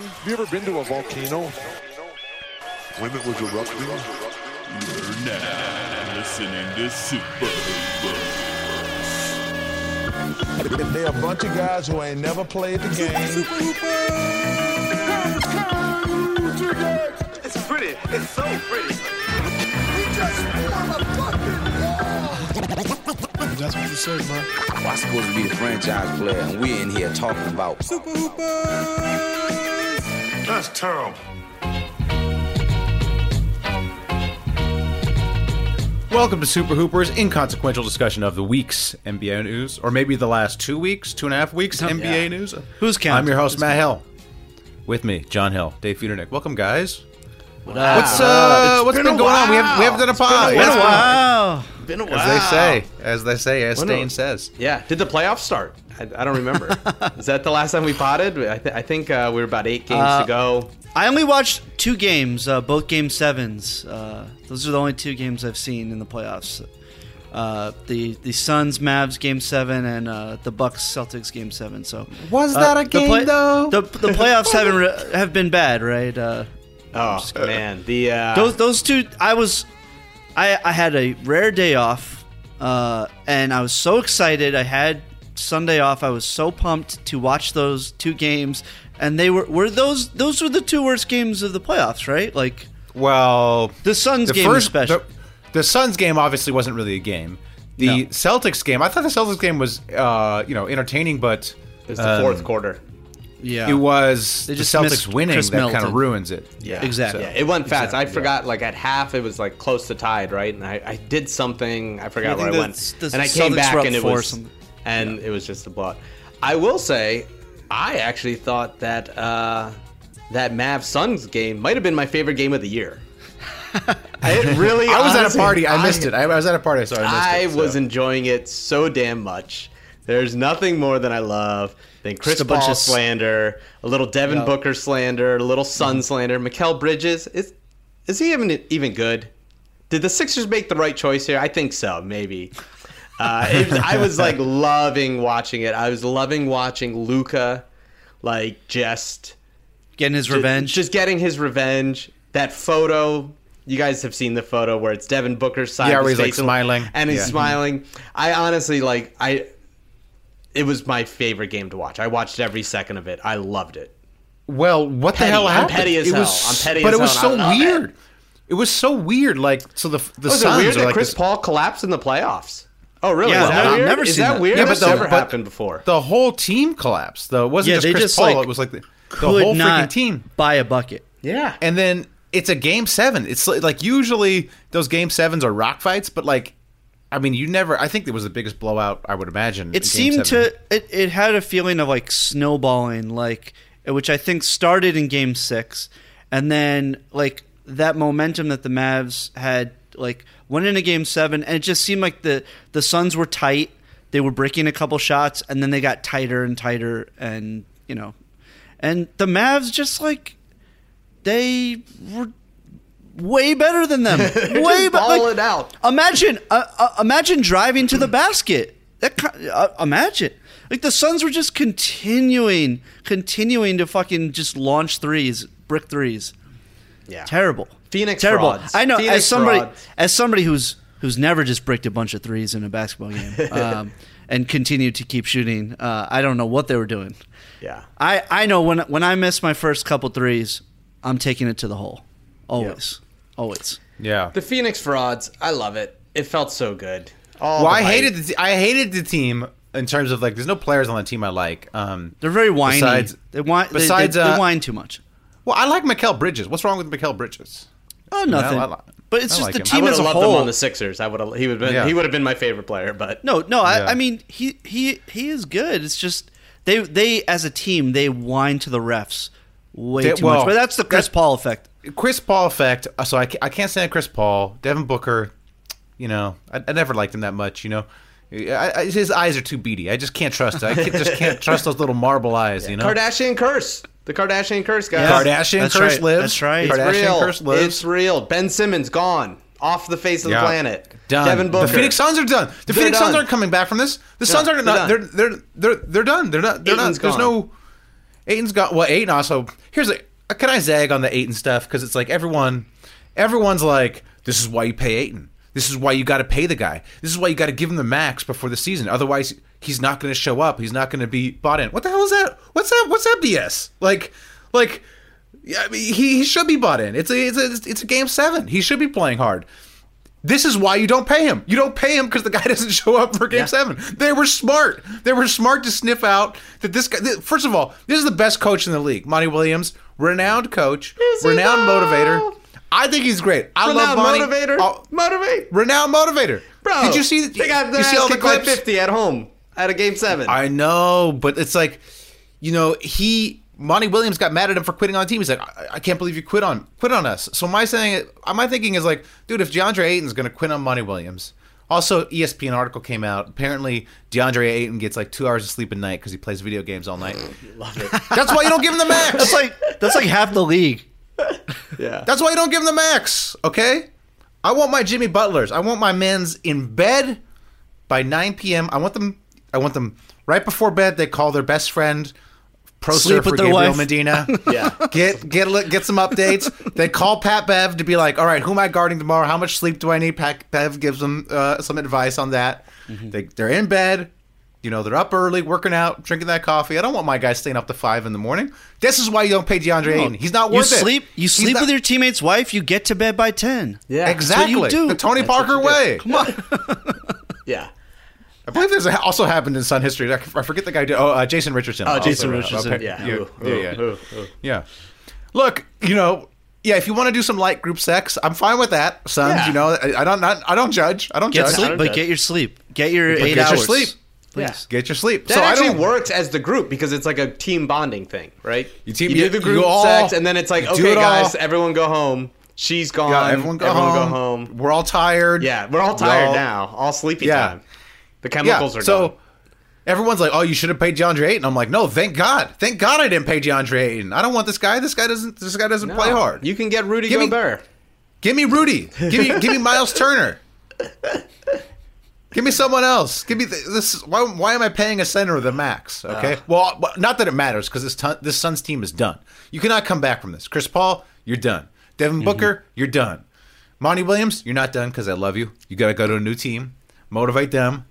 Have you ever been to a volcano? When it was erupting, You're now listening to Super They a bunch of guys who ain't never played the game. It's pretty. It's so pretty. I'm supposed to be the franchise player, and we're in here talking about That's terrible. Welcome to Super Hoopers' inconsequential discussion of the week's NBA news, or maybe the last two weeks, two and a half weeks NBA news. Who's counting? I'm your host, Matt Hill. With me, John Hill, Dave Feudernick. Welcome, guys. What's uh, what's been, going on? We haven't we haven't done a pod. Been a Yes. while. Been a while. As they say, as they say, as When- Stain says. Yeah. Did the playoffs start? I, I don't remember. Is that the last time we potted? I, th- I think uh, we were about eight games Uh, to go. I only watched two games, uh, both game sevens. Uh, those are the only two games I've seen in the playoffs. Uh, the the Suns Mavs game seven and uh, the Bucks Celtics game seven. So Was uh, that a the game, play- though? The, the playoffs haven't re- have been bad, right? Uh, Oh man, the uh, those those two i was i i had a rare day off uh and i was so excited i had sunday off i was so pumped to watch those two games and they were were those those were the two worst games of the playoffs right like Well, the suns game was special The, the Suns game obviously wasn't really a game. The No. Celtics game, I thought the Celtics game was, uh, you know, entertaining, but it's the um, fourth quarter. yeah it was the just Celtics missed winning Chris that kind of Middleton. ruins it. Yeah, exactly. Yeah, it went fast. I forgot. Like at half, it was like close to tied, right? And I, I did something. I I forgot think where I that's- went, that's and I came Celtics back, were up and it four or was, something. and it was just a blowout. I will say, I actually thought that uh, that Mavs Suns game might have been my favorite game of the year. it really. I was at a honestly- party. I missed it. I, I was at a party, so I missed I it. so. was enjoying it so damn much. There's nothing more than I love than Chris a bunch Paul of s- slander, a little Devin Yeah. Mm-hmm. Booker slander, a little Sun slander. Mikel Bridges is is he even even good? Did the Sixers make the right choice here? I think so, maybe. Uh, it was, I was like loving watching it. I was loving watching Luca, like just getting his revenge just getting his revenge. That photo, you guys have seen the photo where it's Devin Booker's side. Yeah, of where his he's, like, face and- smiling. and he's Yeah. smiling. I honestly like I. It was my favorite game to watch. I watched every second of it. I loved it. Well, what Petty. the hell I'm happened? petty as it hell. was, I'm petty but as it was hell, and I so love it. weird. It. was so weird. Like, so the the Was it Suns weird are that like Chris this- Paul collapsed in the playoffs? Oh, really? Yeah, Is that I've weird? never Is seen that, that. weird? Yeah, That's but the- never but- happened before. The whole team collapsed. Though it wasn't Yeah, just they Chris just, Paul. like, it was like the, the Could whole freaking not team. buy a bucket yeah. And then it's a game seven. It's li- like usually those game sevens are rock fights, but like, I mean, you never. I think it was the biggest blowout I would imagine. it seemed to it, it had a feeling of like snowballing like which i think started in game six and then like that momentum that the mavs had like went into game seven and it just seemed like the the suns were tight they were breaking a couple shots and then they got tighter and tighter and you know and the mavs just like they were way better than them way better Ball it out. Imagine, uh, uh, imagine driving to the basket. That ki- uh, imagine, like the Suns were just continuing, continuing to fucking just launch threes, brick threes. Yeah. Terrible, Phoenix terrible. frauds. I know. Phoenix as somebody, frauds. as somebody who's who's never just bricked a bunch of threes in a basketball game, um, and continued to keep shooting. Uh, I don't know what they were doing. Yeah. I I know when when I miss my first couple threes, I'm taking it to the hole, always, always. Yeah. The Phoenix frauds. I love it. It felt so good. All Well, the I hype. hated the te- I hated the team in terms of like, there's no players on the team I like. Um, They're very whiny. Besides- they whine. they- besides, they, they, uh, whine too much. well, I like Mikel Bridges. What's wrong with Mikel Bridges? Oh, nothing. I li- but it's I like just the him. I I team would as have a loved whole. him on the Sixers. I would have. He would have been. Yeah. He would have been my favorite player. But no, no. Yeah. I, I mean, he he he is good. It's just they they as a team they whine to the refs way They- too well, much. But that's the Chris that- Paul effect. Chris Paul effect. uh, So I, ca- I can't stand Chris Paul. Devin Booker, you know, I, I never liked him that much. You know, I, I, his eyes are too beady. I just can't trust. it. I can't, just can't trust those little marble eyes. You know, Kardashian curse. The Kardashian curse, guys. Yeah. Kardashian That's curse right. lives. That's right. It's Kardashian real. curse lives. It's real. Ben Simmons gone off the face of Yeah. the planet. Done. Devin Booker. The Phoenix Suns are done. The They're Phoenix Suns done. aren't coming back from this. The Suns they're are not. They're done. they're they're they're they're done. They're not. They're Ayton's not. There's gone. no. Aiton's got well. Aiton also. here's a can I zag on the Aiton stuff because it's like everyone, everyone's like, this is why you pay Aiton. This is why you got to pay the guy. This is why you got to give him the max before the season. Otherwise, he's not going to show up. He's not going to be bought in. What the hell is that? What's that? What's that BS? Like, like, yeah, I mean, he, he should be bought in. It's a, it's a it's a game seven. He should be playing hard. This is why you don't pay him. You don't pay him because the guy doesn't show up for game seven. They were smart. They were smart to sniff out that this guy. th- first of all, this is the best coach in the league, Monty Williams, renowned coach, renowned motivator. I think he's great. I love Renowned Monty. motivator. Oh, Motivate, renowned motivator. bro. did you see? They got their you see ass all the kicked by clips? fifty at home at a game seven. I know, but it's like, you know, he Monty Williams got mad at him for quitting on the team. He's like, I, I can't believe you quit on quit on us. So my saying, my thinking is like, dude, if DeAndre Ayton's gonna quit on Monty Williams. Also, E ESPN article came out. Apparently, DeAndre Ayton gets like two hours of sleep a night because he plays video games all night. Love it. That's why you don't give him the max. That's like that's like half the league. That's why you don't give him the max, okay? I want my Jimmy Butlers. I want my men's in bed by 9 p.m. I want them. I want them right before bed. They call their best friend, pro Sleep surfer with their Gabriel wife. Medina. yeah, get get a li- get some updates. they call Pat Bev to be like, all right, who am I guarding tomorrow? How much sleep do I need? Pat Bev gives them uh, some advice on that. They they're in bed. You know, they're up early, working out, drinking that coffee. I don't want my guy staying up to five in the morning. This is why you don't pay DeAndre Ayton. He's not You Uh, worth it. sleep you He's sleep not- with your teammate's wife. You get to bed by ten. yeah, Exactly. you do. The Tony what Parker you do. way. Yeah. I believe this also happened in Sun history. I I forget the guy. who did- Oh, uh, Jason Richardson. Oh, also Jason ran it. Richardson. Okay. Yeah. Yeah. Ooh, Yeah, ooh, yeah. ooh, ooh. Yeah. Look, you know, yeah. If you want to do some light group sex, I'm fine with that, sons. Yeah. You know, I, I don't. Not, I don't judge. I don't Get judge. sleep, but judge. get your sleep. Get your eight get your hours. sleep. Please. Get your sleep. That so actually I don't, works as the group because it's like a team bonding thing, right? You team- do you- the you group all- sex, and then it's like, you do okay, it guys, all. everyone go home. She's gone. Yeah, everyone go home. We're all tired. Yeah, we're all tired all- now. All sleepy Yeah. time. The chemicals are so gone. everyone's like, "Oh, you should have paid DeAndre Ayton." I'm like, "No, thank God, thank God I didn't pay DeAndre Ayton. I don't want this guy. This guy doesn't. This guy doesn't No. play hard. You can get Rudy Give me- Gobert. Give me Rudy. Give me give me Miles Turner. Give me someone else. Give me th- this. Why, why am I paying a center the max? Okay. Uh. well, but not that it matters because this ton, this Suns team is done. You cannot come back from this. Chris Paul, you're done. Mm-hmm. Devin Booker, you're done. Monty Williams, you're not done because I love you. You got to go to a new team. Motivate them.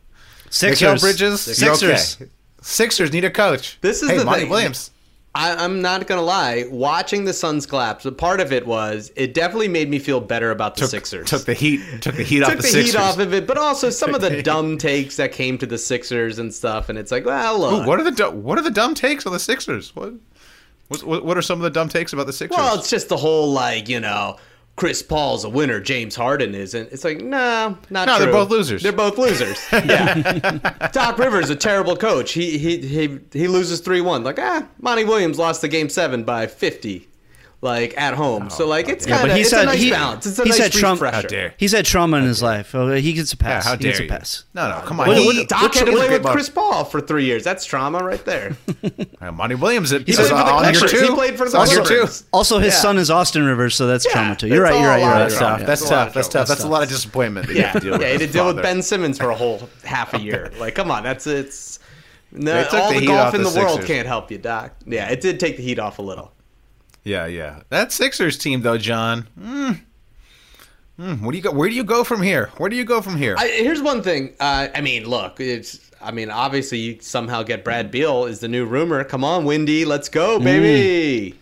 Mikael Sixers. Bridges, you're okay. Sixers. Sixers need a coach. This is hey, the Monty thing. Williams. I, I'm not gonna lie. Watching the Suns collapse, but part of it was it definitely made me feel better about the Sixers. took the heat. Took the heat off took the, the, Sixers. heat off of it, but also some of the dumb takes that came to the Sixers and stuff. And it's like, well, look. Ooh, what are the du- what are the dumb takes on the Sixers? What what's- what what are some of the dumb takes about the Sixers? well, it's just the whole like you know, Chris Paul's a winner, James Harden isn't. It's like, nah, not. No, they're true. both losers. They're both losers. yeah. Doc Rivers a terrible coach. He he he he loses three one. Like ah, Monty Williams lost the game seven by fifty. Like at home, so like it's kind but of he's it's had- a nice he- balance. It's a he's nice had Trump- refresher. How dare- He's had trauma in his life. Oh, he gets a yeah, pass. how he gets dare a you? pass. No, no, come on. What- He- what- Doc what's- had to what's play the with big Chris buck? Paul for three years. That's trauma right there. Yeah, Monty Williams. He played for the on your Clippers. two. He played for the on your two. Clippers. Also, his Yeah. son is Austin Rivers, so that's Yeah, trauma too. You're that's right. You're all right. a You're lot right. of That's you're trauma. tough. right. That's That's a tough. That's lot of trouble. tough. That's a lot of disappointment. that you Yeah, have to deal with yeah, he as did a deal with father. Ben Simmons for a whole half a year. Like, come on, that's it's. No, They took all the the, heat off golf in the the, world Sixers. can't help you, Doc. Yeah, it did take the heat off a little. Yeah, yeah. That Sixers team, though, John. Mm. Mm, what do you go? Where do you go from here? Where do you go from here? I, here's one thing. Uh, I mean, look, it's. I mean, obviously, you somehow get Brad Beal is the new rumor. Come on, Wendy, let's go, baby.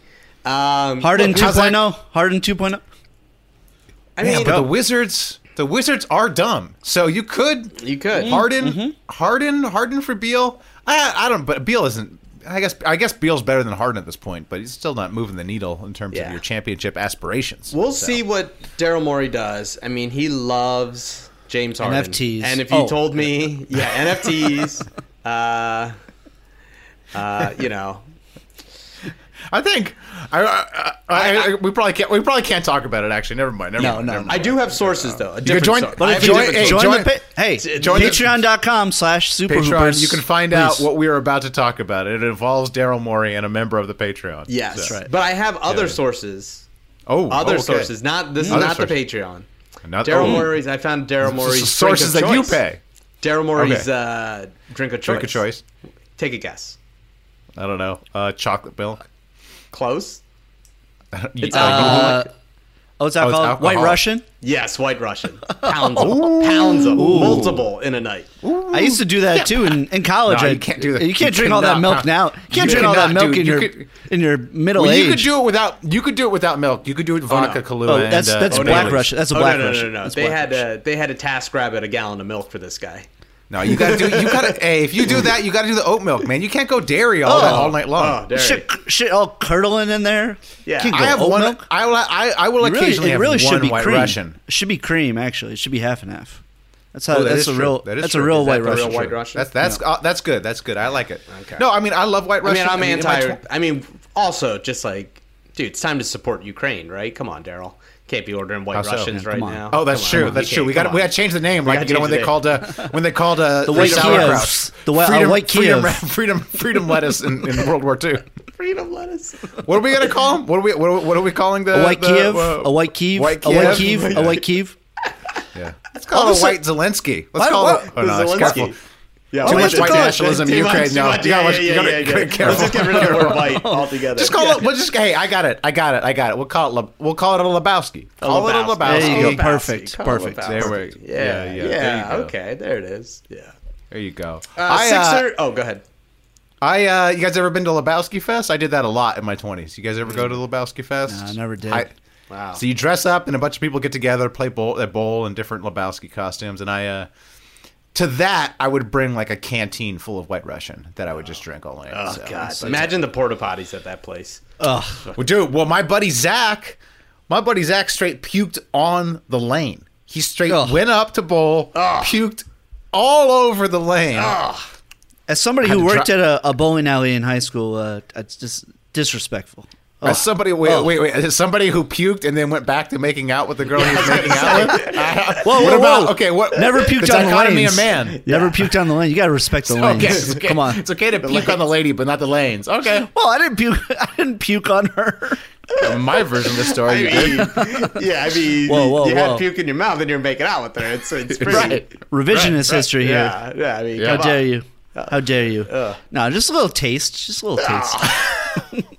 Mm. Um, Harden look, 2.0. Harden I 2.0. oh. yeah, mean, but the Wizards, the Wizards are dumb. So you could, You could. Harden, Mm-hmm. Harden, Harden for Beal. I, I don't, but Beal isn't. I guess I guess Beal's better than Harden at this point, but he's still not moving the needle in terms Yeah. of your championship aspirations. we'll see what Daryl Morey does. I mean, he loves James Harden. NFTs. And if you Oh. told me, yeah, NFTs. Uh, uh, you know, I think I, I, I, I, we probably can't we probably can't talk about it. Actually, never mind. Never No, mind, no, never no. I mind. do have sources though. A You can different join, source. but I if have you a join, different hey, source. join Join the pa- hey, join the- patreon.com slash super Patreon, Hoopers. you can find Please. out what we are about to talk about. It involves Daryl Morey and a member of the Patreon. Yes, So- but I have other Yeah. sources. Oh, Other oh, okay. sources. Not this Other is not sources. the Patreon. Not- Daryl oh. Morey's. I found Daryl Morey's sources drink that of you choice. pay. Daryl Morey's Okay. uh, drink of choice. Drink a choice. Take a guess. I don't know. Uh, chocolate milk. Close. You- like, It's you alcohol. like- Uh, oh, it's alcohol. alcohol. White Russian. Yes, White Russian. Pounds of, pounds of multiple in a night. Oh, I used to do that too in, in college. No, I- you can't do that. You can't You drink all that cannot, milk no. now. You can't You drink all that cannot, milk dude. in You your could- in your middle well, age. you could do it without. You could do it without milk. You could do it with vodka, Kahlua. Oh, that's and, uh, that's Oh, no. black Bailey's. Russian. That's a Oh, no, black no, no, Russian. no, no. That's They Black had Russian. a, they had a task rabbit a gallon of milk for this guy. No, you gotta do. You gotta. hey, if you do that, you gotta do the oat milk, man. You can't go dairy all that, all night long. Oh, dairy. shit, shit, all curdling in there. Yeah. Can't go I have oat one. milk. I will. I, I will It really- occasionally it have really should one be white cream. Russian. It should be cream. Actually, it should be half and half. That's how. Oh, that that's is a true. real. That is that's a true. real Is that white the real Russian. white Russian? That's that's uh, that's good. That's good. I like it. Okay. No, I mean I love white I mean, Russian. I'm in my anti. tw- I mean, also just like, dude, it's time to support Ukraine, right? Come on, Daryl. Can't be ordering white How so? Russians Yeah, right come on. now. Oh, that's Come on, true. That's can't- true. We come got we on. got to change the name, like gotta you know when change they the called uh, when they called uh, the white sauerkrauts. Kievs. The whi- uh, freedom, white freedom, Kiev. freedom, freedom lettuce in, in World War II. freedom lettuce. What are we gonna call them? What are we what are, what are we calling the A white the, Kiev. uh, A white Kiev. White A white Kiev? Kiev. A white Kiev. Yeah. Let's call it a white Zelensky. Let's call what- it. Oh no, it's Zelensky. careful. Yeah, Too wait, much wait, white wait, nationalism wait, in too Ukraine. much, No, too you much. gotta Yeah, watch- you yeah, gotta- yeah, yeah, gotta yeah. careful. Let's just get rid of the word white altogether. Just call it. We'll just hey, I got it. I got it. I got it. We'll call it. Le- We'll call it a Lebowski. Call it a Lebowski. Lebowski. There you go. Lebowski. Perfect. Call it Perfect. Lebowski. There we- yeah, Yeah, yeah, yeah, there you go. okay, there it is. Yeah. There you go. Uh, I, uh, Sixer. oh, go ahead. I uh, you guys ever been to Lebowski Fest? I did that a lot in my twenties. You guys ever go to Lebowski Fest? Mm. Nah, I never did. Wow. So you dress up and a bunch of people get together, play bowl, uh, bowl in different Lebowski costumes, and I. Uh, to that, I would bring like a canteen full of White Russian that I would just drink all night. Oh So God! it's like- Imagine the porta potties at that place. Well, dude, well, my buddy Zach, my buddy Zach straight puked on the lane. He straight Ugh. went up to bowl, puked all over the lane. As somebody Had who to worked dri- at a, a bowling alley in high school, uh, it's just disrespectful. As Uh, somebody, wait, Oh. wait, wait, as somebody who puked and then went back to making out with the girl he was making out with. I- what Whoa, whoa, about whoa. okay? What Never the puked on the dichotomy lanes. of man? Never puked on the lane. You gotta respect the lanes. Okay, it's okay. Come on. it's okay to puke on the lady, but not the lanes. Okay, Well, I didn't puke. I didn't puke on her. In my version of the story. you did. yeah, I mean, Whoa, whoa, you whoa. had puke in your mouth and you're making out with her. It's it's pretty. Revisionist history here. Yeah, yeah. I mean, How come dare on. you? How dare you? no, just a little taste. Just a little taste.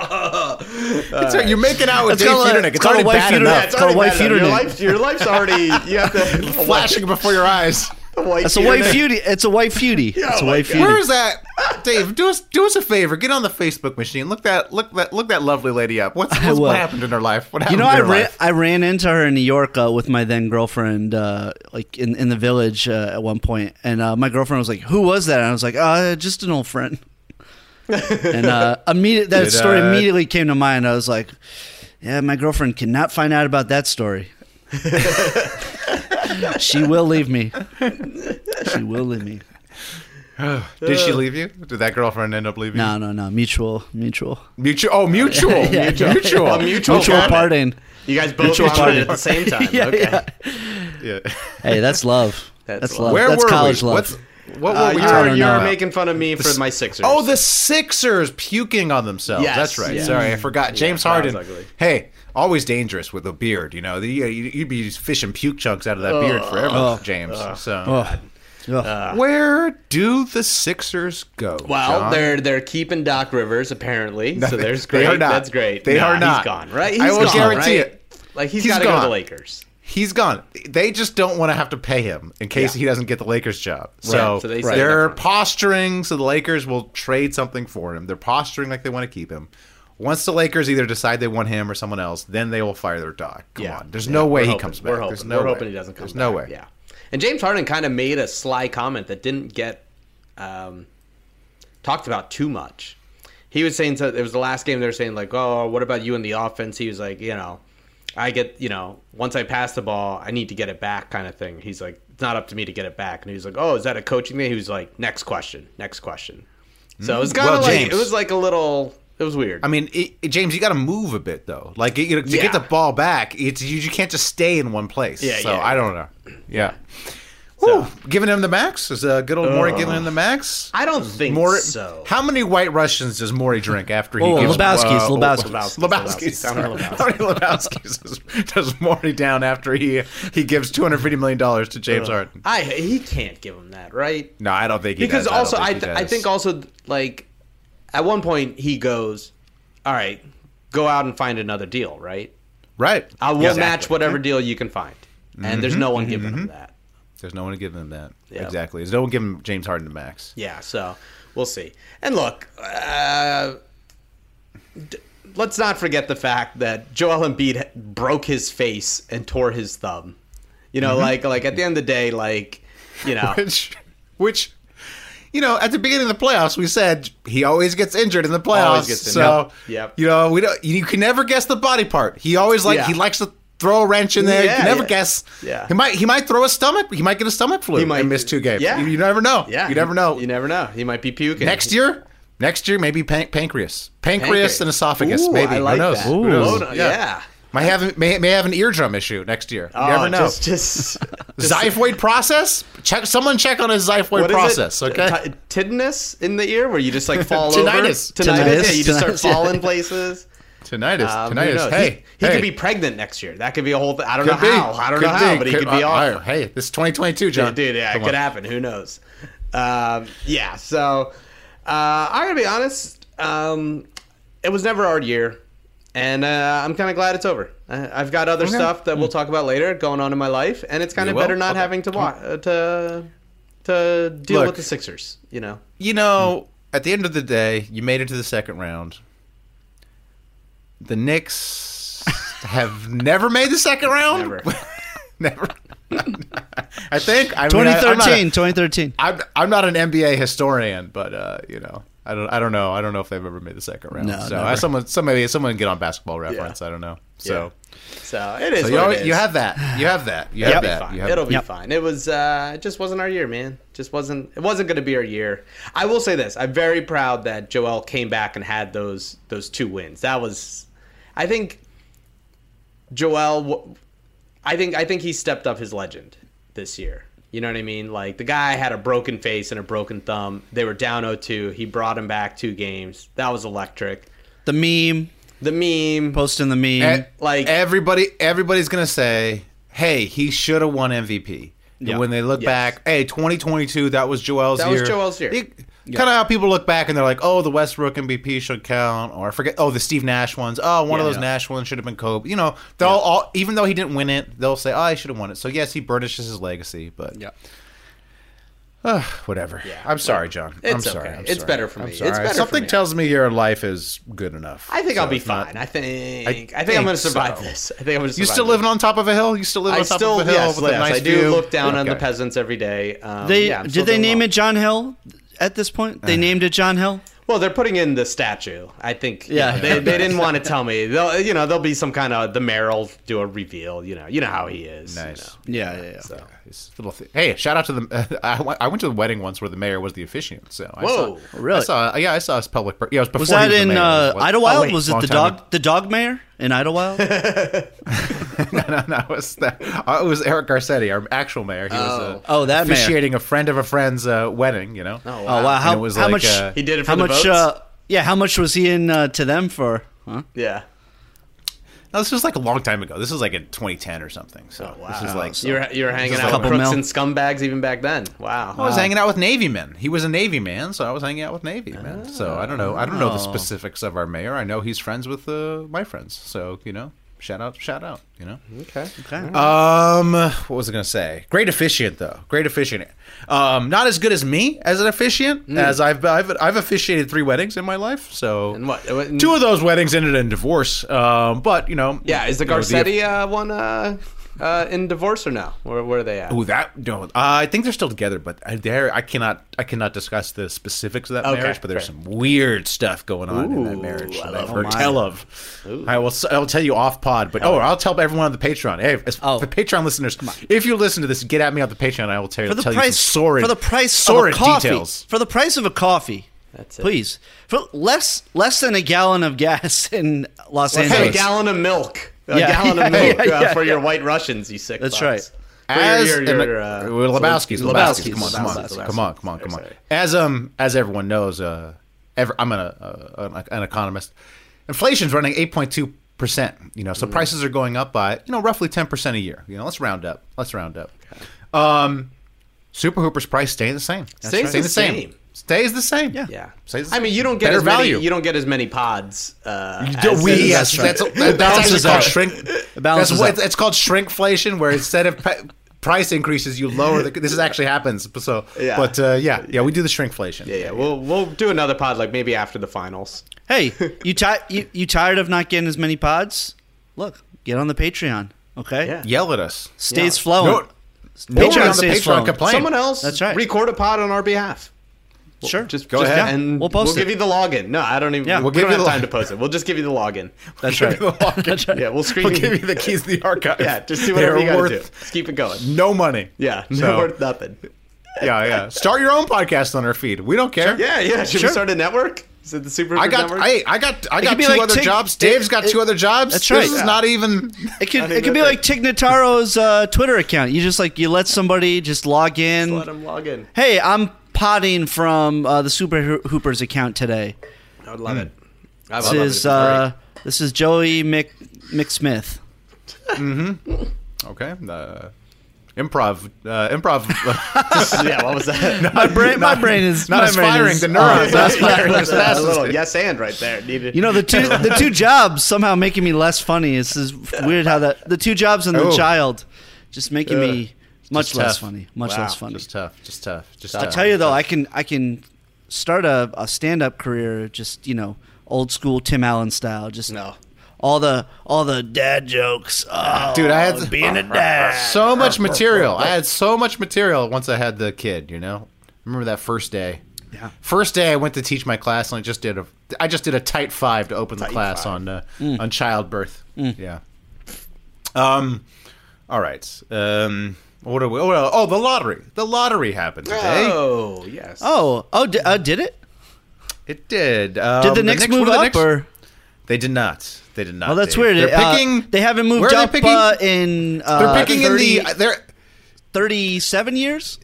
It's all right, You're making out with Let's Dave call it- Fudyk. It's call it already white bad Fudyk. enough. That's It's already called white bad enough. feuding. Your life, your life's already. You have to Flashing before your eyes. The white That's a white feuding. feudy. It's a white feudy. it's a my white God. feudy. uh, Where is that, Dave? Do us do us a favor. Get on the Facebook machine. Look that look that look that lovely lady up. What's, what's will. what happened in her life? What happened? you know, in I her ran, life? I ran into her in New York uh, with my then girlfriend, uh, like in, in the village uh, at one point, and uh, my girlfriend was like, "Who was that?" And I was like, "Uh, just an old friend." and uh, immediate that Did, story uh, immediately came to mind. I was like, "Yeah, my girlfriend cannot find out about that story. she will leave me. She will leave me. Did Uh. she leave you? Did that girlfriend end up leaving? No, you? no, no. Mutual, mutual, Mutual. Oh, mutual. Yeah, mutual. yeah. mutual. A mutual, mutual commitment. parting. You guys both Mutual wanted it party. at the same time. Yeah, okay. yeah. Yeah. Hey, that's love. That's, That's love. love. Where that's were college we? love. What's, what were Uh, we you were, I don't talking you were about? making fun of me for my Sixers. Oh, the Sixers puking on themselves. Yes, That's right. yeah. Sorry, I forgot. James that was Harden. ugly. Hey, always dangerous with a beard. You know, The- you- you'd be fishing puke chunks out of that beard forever, James. so. Oh. Ugh. Uh, Where do the Sixers go? Well, John? they're they're keeping Doc Rivers apparently. so they- there's they great. are not. That's great. They Nah, are not. He's gone, right? I He's will gone, guarantee right? it. Like He's he's got to go to gone. the Lakers. he's gone. They just don't want to have to pay him in case he doesn't get the Lakers job. So, So they say they are upfront. posturing so the Lakers will trade something for him. They're posturing like they want to keep him. Once the Lakers either decide they want him or someone else, then they will fire their doc. Come Yeah. on. There's Yeah, no way we're he hoping. comes back. We're hoping. There's no we're way. hoping he doesn't come There's back. no way. Yeah. And James Harden kind of made a sly comment that didn't get um, talked about too much. He was saying so it was the last game they were saying like, "Oh, what about you in the offense?" He was like, "You know, I get, you know, once I pass the ball, I need to get it back kind of thing." He's like, "It's not up to me to get it back." And he was like, "Oh, is that a coaching thing?" He was like, "Next question. Next question." So it was kind Mm-hmm. Well, of like James- it was like a little it was weird. I mean, it, it- James, you got to move a bit though. Like you know, to Yeah. get the ball back, it's you, you can't just stay in one place. Yeah, so yeah. I don't know. Yeah. Whew. giving him the max is a good old Maury Uh, giving him the max. I don't think Maury, so. How many White Russians does Maury drink after he Whoa, gives Lebowski's, uh, Lebowski's. Lebowski's. Lebowski's. How many Lebowski's does, does Maury down after he he gives two hundred fifty million dollars to James Harden? I he can't give him that, right? No, I don't think he because does. also I, don't I, th- think he I does. think also like at one point he goes all right go out and find another deal, right? Right. I will Exactly. Mm-hmm. match whatever deal you can find, and there's no one giving them that. There's no one to give them that. Yeah. Exactly. There's no one giving James Harden to max. Yeah, so we'll see. And look, uh, d- let's not forget the fact that Joel Embiid ha- broke his face and tore his thumb. You Mm-hmm. know, like like at the end of the day, like you know, Which, which, you know, at the beginning of the playoffs, we said he always gets injured in the playoffs. Always gets injured. So, Yep. you know, we don't. You can never guess the body part. He always like Yeah. he likes to throw a wrench in there. you Yeah, can never yeah. guess. Yeah. He might he might throw a stomach. He might get a stomach flu. He might- and miss two games. Yeah. You, you never know. yeah, You never know. You never know. He might be puking Next year. Next year, maybe pan- pancreas, pancreas, and esophagus. Ooh, maybe I like who knows? that. Who knows? Load- yeah. Might have may, may have an eardrum issue next year. You Oh, never know. Just, just, just Xiphoid process? Check someone check on his xiphoid what is it? process, okay? Ti- tinnitus in the ear, where you just like fall over. Tinnitus. Tinnitus. Yeah, Tinnitus. you just start Tinnitus, yeah. falling places. Tinnitus. Um, who tinnitus. knows? Hey, he, he hey. could be pregnant next year. That could be a whole. Th- I don't Could know how. I don't know how, but he could be uh, all. all right. Hey, this is 2022, John. Dude, yeah, it Come could on. happen. Who knows? Um, yeah. So uh, I'm gonna be honest. Um, it was never our year, and uh, I'm kind of glad it's over. I, I've got other stuff that we'll talk about later going on in my life, and it's kind Hmm. You of will? better not Okay. having to wa- uh, to to deal Look. with the Sixers. You know. You know, at the end of the day, you made it to the second round. The Knicks have never made the second round. Never. Never. I think I mean, I, I'm not a- 2013, 2013. I'm I'm not an NBA historian, but uh, you know, I don't I don't know. I don't know if they've ever made the second round. No, so never. I, someone somebody someone get on basketball reference. I don't know. So, So it so is. what you, it always, is. you have that. You have that. You It'll have be that. fine. You have It'll be Yep. fine. It was. Uh, it just wasn't our year, man. Just wasn't. It wasn't going to be our year. I will say this. I'm very proud that Joel came back and had those those two wins. That was. I think. Joel, w- I think I think he stepped up his legend this year. You know what I mean? Like the guy had a broken face and a broken thumb. They were down 0-2. He brought him back two games. That was electric. The meme, The meme. posting the meme. And, Like- everybody everybody's gonna say, Hey, he should have won MVP. And Yeah. when they look Yes. back, hey, 2022, that was Joel's That was year. Joel's year. Kind of how people look back and they're like, oh, the Westbrook MVP should count, or I forget, oh, the Steve Nash ones. Oh, one of Yeah. those Nash ones should have been Kobe. You know, they'll all, even though he didn't win it, they'll say, oh, I should have won it. So, yes, he burnishes his legacy, but yeah. whatever. Yeah. I'm sorry, John. I'm It's sorry. okay. I'm It's sorry. better for I'm me. It's sorry. better for Something me. tells me your life is good enough. I think So I'll be it's not- fine. I think I think, I'm think going to survive so. this. I think I'm going to survive. You still this. living on top of a hill? You still live I on top still of a hill yes, with a yes, nice I do view? look down on the Okay. peasants every day. Um, They yeah, I'm still did they doing name well. it John Hill at this point? Eh. They named it John Hill. Well, they're putting in the statue. I think. Yeah. Yeah, they, they didn't want to tell me. They'll, you know, there'll be some kind of the mayor will do a reveal. You know, you know how he is. you Nice. know. Yeah, yeah, yeah. So It's a little thi- Hey, shout out to the. I went- I went to the wedding once where the mayor was the officiant. So I Whoa. saw, Oh, really? I saw, yeah, I saw his public. per- Yeah, it was before Was he that was the in mayor. uh, What- Idlewild? oh, wait, was it long the time dog the dog mayor in Idlewild? ago. no, no, it was the, uh, it was Eric Garcetti, our actual mayor. He was uh, Oh, that mayor. officiating a friend of a friend's uh, wedding. You know. Oh, Oh wow! How, it was how like, much? uh, he did it for how the much? votes? Uh, yeah, how much was he in uh, to them for? Huh? yeah. No, this was like a long time ago. This was like in 2010 or something. So Oh, this is like you were you were hanging a out with couple crooks mil. and scumbags even back then. Wow. I was hanging out with Navy men. He was a Navy man, so I was hanging out with Navy men. So I don't know. I don't know Oh. the specifics of our mayor. I know he's friends with uh, my friends. So you know, shout out, shout out. You know. Okay. Um, what was I gonna say? Great officiant though. Great officiant. Um, not as good as me as an officiant, Hmm. as I've, I've I've officiated three weddings in my life. So And what? and- Two of those weddings ended in divorce. Um, but you know, Yeah. Is the you know, Garcetti uh, one uh, uh, in divorce or no? Where where are they at? Ooh, that no. I think they're still together, but I dare I cannot I cannot discuss the specifics of that Okay, marriage. But there's fair. some weird stuff going on in that Ooh, marriage I that love I've heard my- tell of. I will s- I'll tell you off pod, but oh, I'll tell everyone on the Patreon. Hey, as, Oh. the Patreon listeners, if you listen to this, get at me on the Patreon. I will tell, For the tell you some price, sordid, for the price sordid of a coffee, details. for the price of a coffee. That's it. Please, for less less than a gallon of gas in Los Hey, a Angeles. gallon of milk. A Yeah. gallon Yeah, of milk yeah, uh, yeah, for your white Russians, you sick. That's fucks. right. For your- as your- your, and- uh, well, Lebowski's, Lebowski's, Lebowski's, come on, come on, Lebowski's, come on, come on, Lebowski's. come on. Sorry. As um as everyone knows, uh, ever, I'm an, uh, an economist. Inflation's running 8.2 percent. You know, so Mm. prices are going up by you know roughly 10 percent a year. You know, let's round up. Let's round up. Um, Super Hooper's price staying the same. Stays Staying the the same. same. stays the same. Yeah. Yeah. Stays the I same. mean, you don't get Better as many, value. You don't get as many pods. Uh, Don't as- we- yes, as- that's, that's, balances actually called out. shrink. balances that's what out. it's called shrinkflation, where instead of pa- price increases, you lower the. This is actually happens. So, Yeah. but uh, yeah, yeah, we do the shrinkflation. yeah, yeah, we'll we'll do another pod like maybe after the finals. Hey, you, ti- you you tired of not getting as many pods? Look, get on the Patreon. Okay, Yeah. Yell at us. stays Yeah. flowing. No- no one Patreon on the stays Patreon flowing. complain. Fine. Someone else, That's right. Record a pod on our behalf. Sure, Just Go just- ahead. and We'll post it. give you the login. No, I don't even. Yeah. we We'll give don't you have the time to login. post it. We'll just give you the login. that's right. That's Yeah, we'll screen. We'll give you the keys to the archive. yeah, just do whatever They're you gotta do. worth Just keep it going. No money. Yeah, no So- worth nothing. yeah, yeah. Start your own podcast on our feed. We don't care. Yeah, yeah. Should Sure. we start a network? Is it the Super I got, Network? I, I got, I got could be two like other Tig- jobs. Tig- Dave's got it- two other jobs. that's This right. is Yeah. not even. It could think it could be that's like Tig Notaro's uh, Twitter account. You just like you let somebody just log in. Let him log in. hey, I'm potting from uh, the Super Ho- Hoopers account today. I would love Hmm. it. I This would love it. is It's great. uh, this is Joey Mc McSmith. Okay. Uh, improv. Uh, improv. yeah, what was that? My brain, my brain is not my brain inspiring is- the neurons. uh, not inspiring the That's a synapses. little yes and right there. Needed. you know the two the two jobs somehow making me less funny. This is weird how that the two jobs and the Oh. child just making me much just less tough. funny, much Wow, less funny. Just tough. Just tough. Just I tough. tell you though, I can I can start a, a stand up career just you know old school Tim Allen style. Just No. all the all the dad jokes. Oh, Dude, I had- being a dad. so much material. I had so much material once I had the kid. You know, remember that first day. Yeah. First day I went to teach my class and I just did a I just did a tight five to open the class five. on uh, Mm. on childbirth. Yeah. Um. All right. Um. What are we? What are- oh, the lottery. The lottery happened today. Oh yes. Oh oh di- uh, did it? It did. Um, Did the next one- move the up next- or? They did not. They did not. Oh, that's Dave. weird. They're Uh, picking. they haven't moved where are up They picking, uh, in. Uh, they're picking 30 in the. They're. thirty-seven years.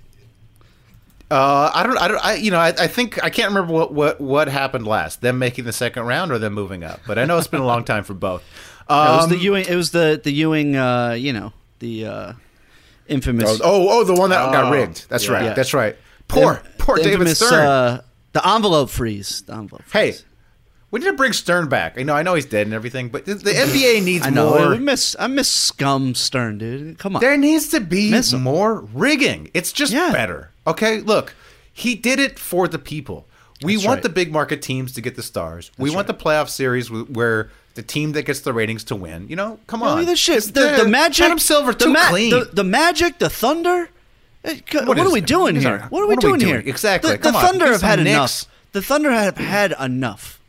Uh, I don't. I don't. I, you know. I, I think I can't remember what, what what happened last. Them making the second round or them moving up. But I know it's been a long time for both. Um, No, Uh, it was the Ewing. It was the the Ewing. Uh, you know the uh, infamous. Oh, oh, the one that got rigged. That's right. Yeah. That's right. Poor, poor the David infamous, Stern. Uh, the envelope freeze. The envelope. hey, Freeze. we need to bring Stern back. I know, I know he's dead and everything, but the, the NBA needs I know. more. I miss I miss Scum Stern, dude. Come on. there needs to be Miss him. more rigging. It's just Yeah. better. Okay, look, he did it for the people. We That's want right. the big market teams to get the stars. we want the playoff series w- where the team that gets the ratings to win. You know, come on. Look at this shit. It's The, there. the magic. Adam Silver the too ma- clean. The, the magic. The thunder. eh, c- What, is are we it? doing What is here? our- What are we doing here? Exactly. The, the Come on. thunder Get have had some enough. Knicks. The thunder have had enough.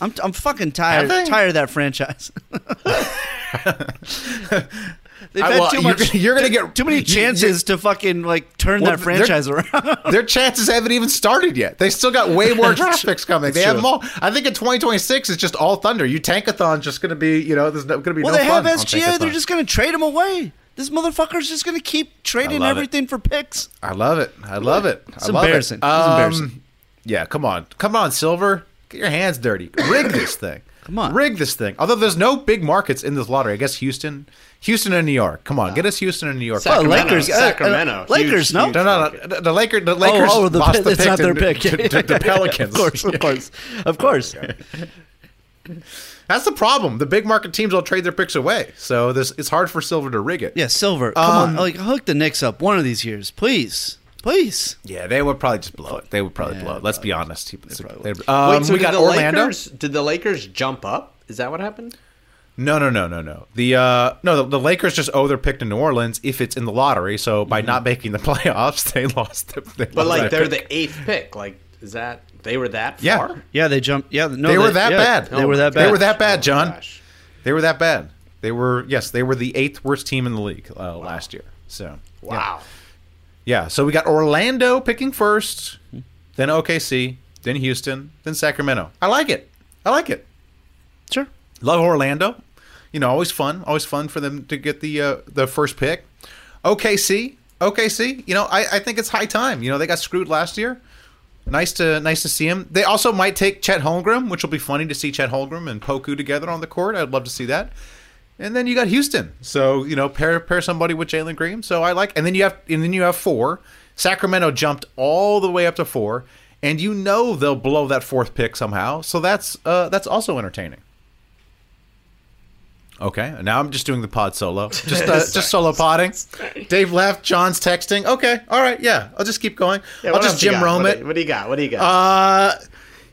I'm, I'm fucking tired Have they? tired of that franchise. They've I- had well, too you're much. gonna- you're gonna too- get- too many you- you- chances to fucking like turn Well, they're- that franchise around. Their chances haven't even started yet. They still got way more draft picks coming. They have them all. I think in 2026 it's just all thunder. You tankathon's just going to be, you know, there's no, going to be Well, no they have fun on SGA. They're Tankathon. just going to trade him away. This motherfucker's just going to keep trading love it. everything for picks. I love it. I love it. It's I love embarrassing. It. It's embarrassing. Yeah, come on, come on, Silver. Get your hands dirty. Rig this thing. Come on. rig this thing. Although there's no big markets in this lottery. I guess Houston, Houston and New York. Come on, get us Houston and New York. Sacramento, Lakers, uh, uh, Sacramento, Lakers, Huge, no? huge No, no, no. market. The- The Lakers. The Lakers oh, oh, the, lost the it's not to- their pick. to- to the Pelicans. of course, of course, of course. That's the problem. The big market teams will trade their picks away, so this it's hard for Silver to rig it. Yeah, Silver. Come on, like hook the Knicks up one of these years, please, please. yeah, they would probably just blow it. They would probably Yeah, blow it. Let's be honest. They- Wait, um, so we did got the Orlando. Lakers, did the Lakers jump up? Is that what happened? No, no, no, no, no. The uh, no, the, the Lakers just owe their pick to New Orleans if it's in the lottery. So Mm-hmm. by not making the playoffs, they lost. The, they But lost like their they're pick. the eighth pick. Like is that they were that Yeah. far? Yeah, they jumped. Yeah, no, they were that yeah, bad. They were that They bad. were that bad, Oh, John. gosh. They were that bad. They were yes, they were the eighth worst team in the league uh, last year. So yeah. Wow. yeah. So we got Orlando picking first, then OKC, then Houston, then Sacramento. I like it. I like it. Sure. Love Orlando. You know, always fun. Always fun for them to get the uh, the first pick. OKC, OKC. You know, I, I think it's high time. You know, they got screwed last year. Nice to nice to see him. They also might take Chet Holmgren, which will be funny to see Chet Holmgren and Poku together on the court. I'd love to see that. And then you got Houston. So you know, pair pair somebody with Jalen Green. So I like. And then you have and then you have four. Sacramento jumped all the way up to four, and you know they'll blow that fourth pick somehow. So that's uh, that's also entertaining. Okay, now I'm just doing the pod solo, just uh, just solo podding. Dave left, John's texting. Okay, all right, yeah, I'll just keep going. Yeah, I'll what just else you Jim got? Rome what, it. What do you got? What do you got? Uh,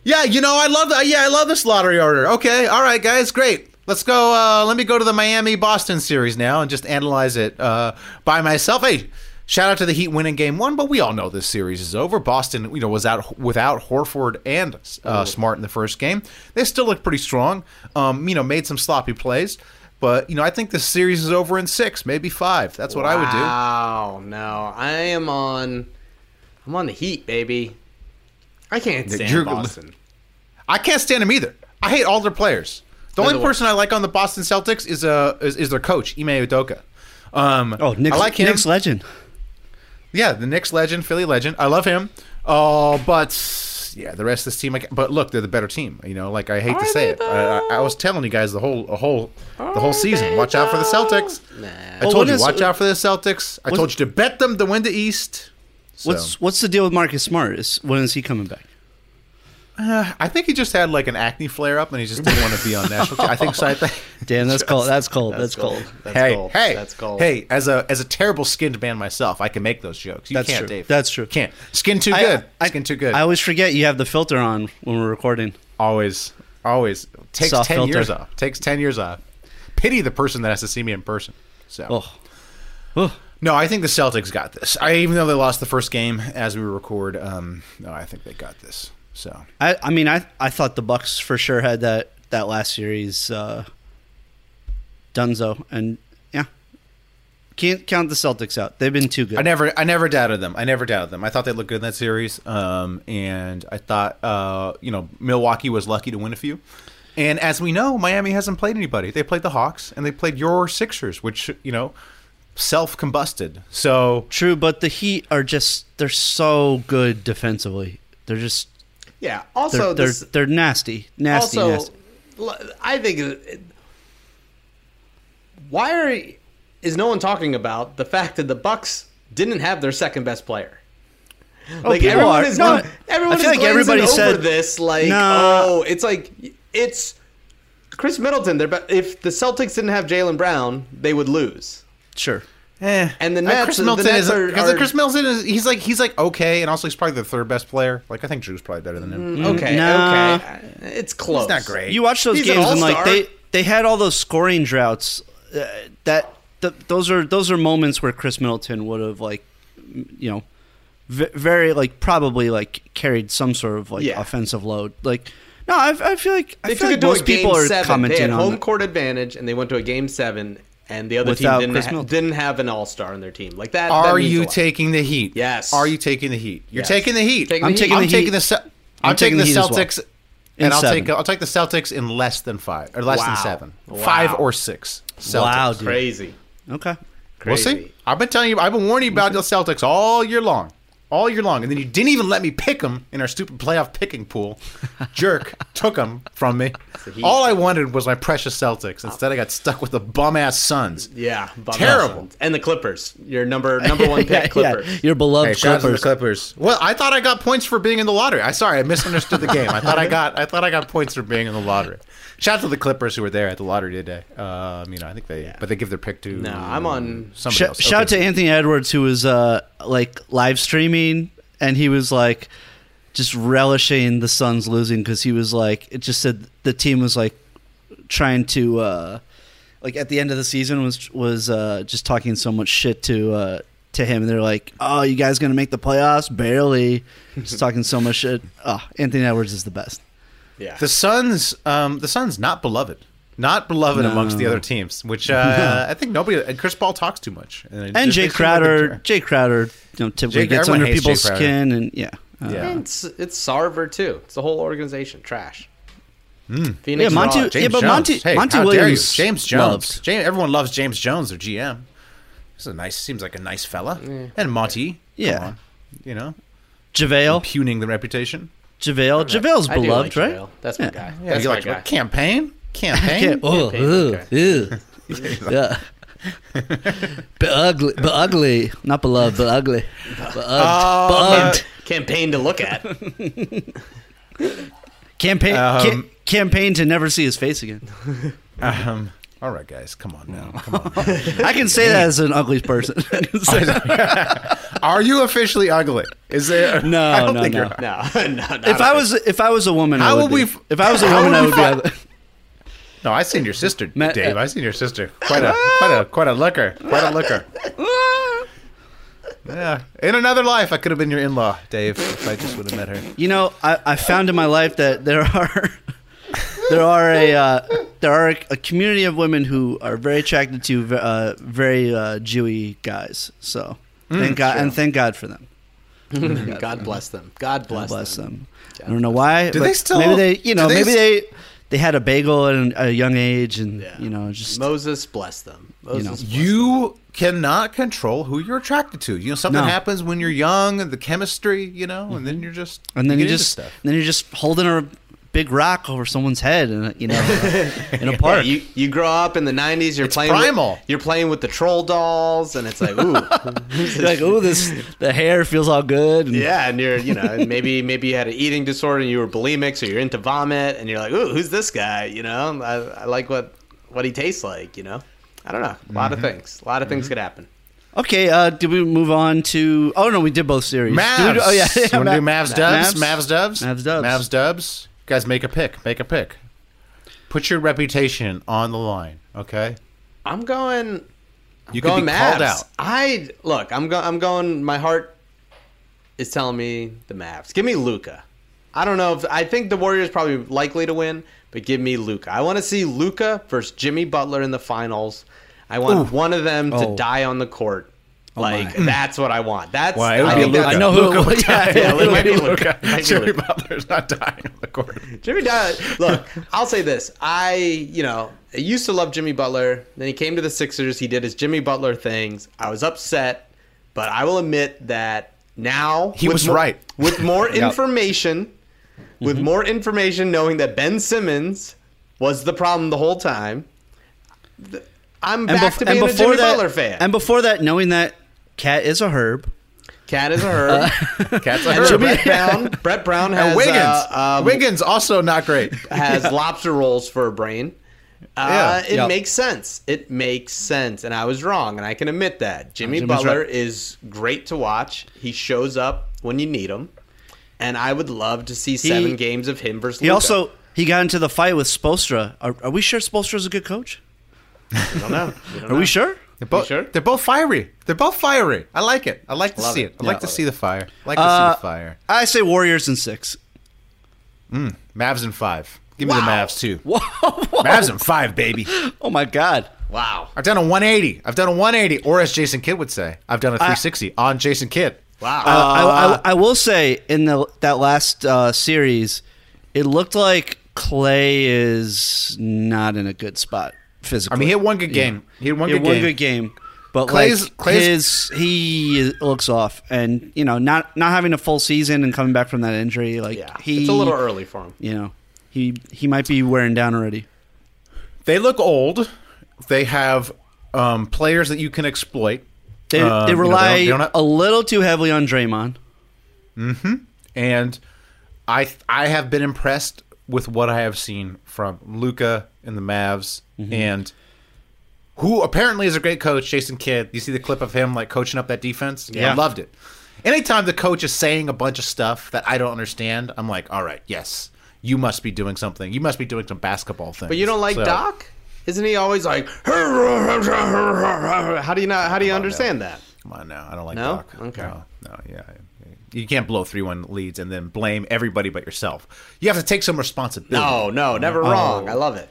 yeah, you know, I love the yeah, I love this lottery order. Okay, all right, guys, great. Let's go. Uh, let me go to the Miami Boston series now and just analyze it uh, by myself. Hey, shout out to the Heat winning Game One, but we all know this series is over. Boston, you know, was out without Horford and uh, Smart in the first game. They still looked pretty strong. Um, you know, made some sloppy plays, but you know, I think this series is over in six, maybe five. That's what I would do. Wow, no, I am on. I'm on the Heat, baby. I can't stand you're- Boston. I can't stand him either. I hate all their players. The only the person I like on the Boston Celtics is uh is, is their coach Ime Udoka. Um, Oh, Nick's, I like him. Nick's legend. yeah, the Knicks legend, Philly legend. I love him. Oh, but yeah, the rest of this team. I ca- but look, they're the better team. You know, like I hate to say it. I, I, I was telling you guys the whole a whole the whole season. Watch out for the Celtics. I Well, told when you, is- watch out for the Celtics. I told you to bet them to win the East. So, What's what's the deal with Marcus Smart? Is when is he coming back? I think he just had like an acne flare up, and he just didn't want to be on national. I think so. I think. Damn, that's cold. That's cold. That's, cold. That's hey, gold. hey, that's gold. hey! As a as a terrible skinned man myself, I can make those jokes. You That's can't, true. Dave. That's true. Can't skin too I- good. I- skin too good. I always forget you have the filter on when we're recording. always, always takes Soft ten filter. years off. Takes ten years off. Pity the person that has to see me in person. So. Oh. Oh. No, I think the Celtics got this. I even though they lost the first game as we record, um, no, I think they got this. So I, I mean, I I thought the Bucks for sure had that that last series uh, Dunzo, and yeah, can't count the Celtics out. They've been too good. I never, I never doubted them. I never doubted them. I thought they looked good in that series, um, and I thought, uh, you know, Milwaukee was lucky to win a few. And as we know, Miami hasn't played anybody. They played the Hawks and they played your Sixers, which you know, self combusted. So True, but the Heat are just they're so good defensively. They're just Yeah. they're Also, they're, this, they're nasty, nasty, also, nasty. l- I think. it- Why are is no one talking about the fact that the Bucks didn't have their second best player? like Oh, people everyone are- is, no, gla- everyone I is feel like glazing everybody over said- this. Like, Nah. oh, it's like it's Chris Middleton. They're, be- if the Celtics didn't have Jalen Brown, they would lose. Sure. eh. And the Like, Nets- Chris the Middleton Nets is are- because like, are- Chris Middleton is he's like he's like okay, and also he's probably the third best player. Like I think Drew's probably better than him. Mm, Mm, Okay, nah. okay, it's close. He's not great. You watch those He's an games and like all-star. they they had all those scoring droughts. Uh, that th- those are those are moments where Chris Middleton would have like, m- you know, v- very like probably like carried some sort of like Yeah. offensive load. Like, no, I, I feel like I They took feel like it to a most game people are seven. They had commenting home on. court advantage, and they went to a game seven, and the other Without team Chris didn't, ha- Middleton. didn't have an all star on their team. Like that. that Are means a you lot. taking the heat? Yes. Are you taking the heat? You're Yes. taking the heat. Taking the I'm heat. taking I'm the taking heat. the. Ce- I'm, taking, taking the the heat as well. Celtics, and In I'll seven. take I'll take the Celtics in less than five or less Wow. than seven, Wow. five or six. Celtics. Wow, dude. Crazy. Okay. We'll Crazy. see. I've been telling you. I've been warning you about the Celtics all year long, all year long, and then you didn't even let me pick them in our stupid playoff picking pool. Jerk took them from me. Heat. All I wanted was my precious Celtics. Instead, I got stuck with the bum ass Suns. Yeah, Bob Terrible. Cousins. And the Clippers, your number number one pick, Yeah, yeah. Clippers. Your beloved Hey, shout out to the Clippers. Clippers. Well, I thought I got points for being in the lottery. I sorry, I misunderstood the game. I thought I got I thought I got points for being in the lottery. Shout out to the Clippers who were there at the lottery today. Um, you know, I think they but they give their pick to No, I'm on. somebody Sh- else. Shout out to Anthony Edwards who was uh like live streaming and he was like just relishing the Suns losing because he was like it just said the team was like trying to uh like at the end of the season was was uh just talking so much shit to uh to him and they're like oh you guys gonna make the playoffs barely just talking so much shit oh Anthony Edwards is the best Yeah. The Suns, um, the Suns, not beloved, not beloved amongst the other teams. Which uh, I think nobody and Chris Paul talks too much. and they Jay seem like Crowder they're- Jay Crowder you know typically Jay- gets everyone under hates Jay people's Crowder. skin and yeah Uh, Yeah. And it's, it's Sarver, too. It's the whole organization. Trash. yeah, Phoenix Monty. Rockets. Hmm. yeah, but Monty. Jones. Hey, Monty how dare you? Williams. James Jones. loved- James, everyone loves James Jones, their GM. This is a nice. Seems like a nice fella. And Monty. come Yeah. on, you know, Javale. pugning the reputation. Javale. Javale's I do beloved, like right? JaVale. That's my Yeah. guy. Yeah, That's you my like guy. what, campaign? Campaign. oh, okay, ew, ew. yeah. but ugly, but ugly, not beloved, but ugly, but ugged, Oh, but ugged. Uh, campaign to look at. Campaign Um, ca- campaign to never see his face again. Um, all right, guys, come on now. Come on. I can say that as an ugly person. I can say that. Are you officially ugly? Is there? No, I don't no, think no. you're- No, no, not If I was if I was a woman, How I would would we be. f- if I was a how woman, would I we would fi- be. ugly. No, I seen your sister, Matt- Dave. I seen your sister. Quite a, quite a, quite a looker. Quite a looker. Yeah. In another life, I could have been your in-law, Dave, if I just would have met her. You know, I, I found in my life that there are there are a uh, there are a, a community of women who are very attracted to uh, very uh, Jewy guys. So Mm. thank God and thank God for them. God bless them. God bless, Bless them. them. I don't know why. Do but they still- Maybe they. do You know. they maybe s- they they had a bagel at a young age, and you know, just Moses bless them. Moses know. bless You cannot control who you're attracted to. You know, something No. happens when you're young, and the chemistry, you know, and then you're just and then you get into just stuff. then you're just holding a big rock over someone's head, and you know, in a park. Yeah, you you grow up in the '90s. You're playing primal. With, you're playing with the troll dolls, and it's like, ooh, You're like, oh, this the hair feels all good. And yeah. And you're, you know, and maybe maybe you had an eating disorder, and you were bulimic, so you're into vomit, and you're like, ooh, who's this guy? You know, I, I like what what he tastes like. You know, I don't know. A lot Mm-hmm. of things. A lot of things could happen. Okay, uh, did we move on to? Oh no, we did both series. Did we Mavs. do- oh yeah, You want to do Ma- Mavs Dubs? Mavs, Mavs Dubs? Mavs Dubs. Mavs Dubs. Guys, make a pick. Make a pick. Put your reputation on the line, okay? I'm going. I'm You could going be called Mavs. out. I look. I'm going. I'm going. My heart is telling me the Mavs. Give me Luca. I don't know if I think the Warriors probably likely to win, but give me Luca. I want to see Luca versus Jimmy Butler in the finals. I want one of them to Oh. die on the court. Like that's what I want. That's Oh Why, it would I be think Luka. that's- I know who. Luka would yeah, Yeah, yeah, it might be Luka. Okay. Might be Jimmy Luka. Butler's not dying on the court. Jimmy Dodd. Look, I'll say this. I, you know, I used to love Jimmy Butler. Then he came to the Sixers. He did his Jimmy Butler things. I was upset, but I will admit that now He with was more- right. With more information, with more information, knowing that Ben Simmons was the problem the whole time, th- I'm And, back bef- to and being a before Jimmy that, Butler fan. and before that, knowing that cat is a herb. Cat is a herb. Cats like and her. Brett Brown. Brett Brown has And Wiggins. uh, um, Wiggins, also not great. has lobster rolls for a brain. Uh, Yeah. it Yep. makes sense. It makes sense, and I was wrong, and I can admit that. Jimmy Jimmy's Butler right. is great to watch. He shows up when you need him, and I would love to see seven games of him versus. He Luka. also he got into the fight with Spolstra. Are, are we sure Spolstra's a good coach? I don't know. We don't Are know. we sure? They're both, sure? they're both fiery. They're both fiery. I like it. I like to Love see it. it. I like to see the fire. I like to Uh, see the fire. I say Warriors in six. Mavs in five. Give me the Wow. Mavs, too. Whoa, whoa. Mavs in five, baby. Oh my God. Wow, I've done a 180. I've done a 180, or as Jason Kidd would say, I've done a 360 on Jason Kidd. wow. Uh, Uh, I, I, I will say in the that last uh, series, it looked like Clay is not in a good spot physically. I mean, he had one good game. He had one He had good one game. good game, but Clay's- like Clay's- his he looks off, and you know, not not having a full season and coming back from that injury, like yeah, he, it's a little early for him. You know, he he might be wearing down already. They look old. They have um, players that you can exploit, They, Um, they you know, they rely don't- they don't have- a little too heavily on Draymond. and I I have been impressed with what I have seen from Luca and the Mavs, Mm-hmm. and who apparently is a great coach, Jason Kidd. You see the clip of him like coaching up that defense. Yeah. I loved it. Anytime the coach is saying a bunch of stuff that I don't understand, I'm like, all right, yes. You must be doing something. You must be doing some basketball thing. But you don't like Doc? Isn't he always like? How do you not? How do you understand that? Come on now, I don't like No? Doc. Okay. No, no, yeah. You can't blow three one leads and then blame everybody but yourself. You have to take some responsibility. Oh, No, Oh, no, never Oh. wrong. I love it.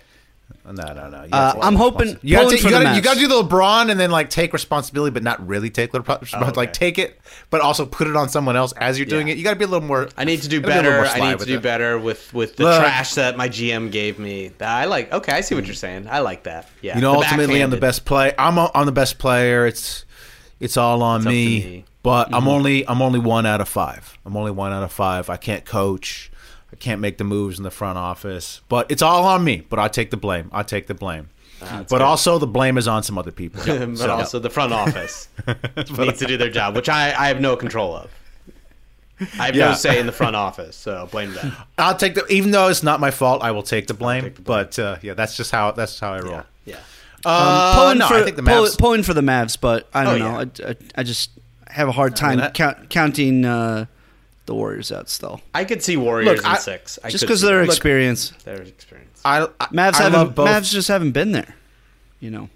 no, no, no. You Uh, have to take I'm hoping- responsi- You gotta, pulling take- for you, the gotta, you Mavs. gotta do the LeBron and then like take responsibility, but not really take the repro- like okay. take it, but also put it on someone else as you're doing Yeah. it. You gotta be a little more. I need to do gotta be a little better. more I sly need to with do it. better with with the Look. Mm. trash that my GM gave me. I like. Okay, I see what you're saying. I like that. Yeah. You know, the ultimately, I'm the backhanded. best play. I'm a, I'm the best player. It's it's all on up to me, me. Mm-hmm. But I'm only I'm only one out of five. I'm only one out of five. I can't coach. I can't make the moves in the front office. But it's all on me. But I take the blame. I take the blame. but also, the blame is on some other people. Ah, but So- also the front office needs to do their job, which I I have no control of. I have Yeah. no say in the front office, so blame them. I'll take the even though it's not my fault, I will take the blame. take the blame. But uh, yeah, that's just how that's how I roll. Yeah. yeah. Uh, Um, pulling no, for I think the pull- Mavs. pulling for the Mavs, but I don't Oh, know. I, I, I just have a hard time that- count, counting uh, the Warriors out still, I could see Warriors Look, in I- six. I just could because see of their that. experience. their experience. I, I Mavs I haven't. love both. Mavs just haven't been there. You know.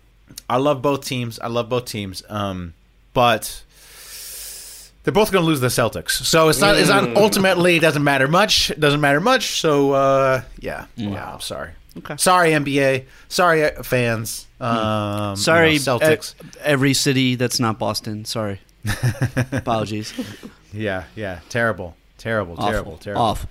I love both teams. I love both teams. Um, but they're both going to lose the Celtics, so it's not. It's Mm. not ultimately it doesn't matter much. It doesn't matter much. So uh, yeah, yeah. I'm sorry. Mm. Okay. Mm. Sorry, NBA. Sorry, uh, fans. Um, Sorry, you know, Celtics. e- every city that's not Boston. Sorry. Apologies. yeah, yeah. Terrible. Terrible. Terrible. Awful. Terrible. Awful.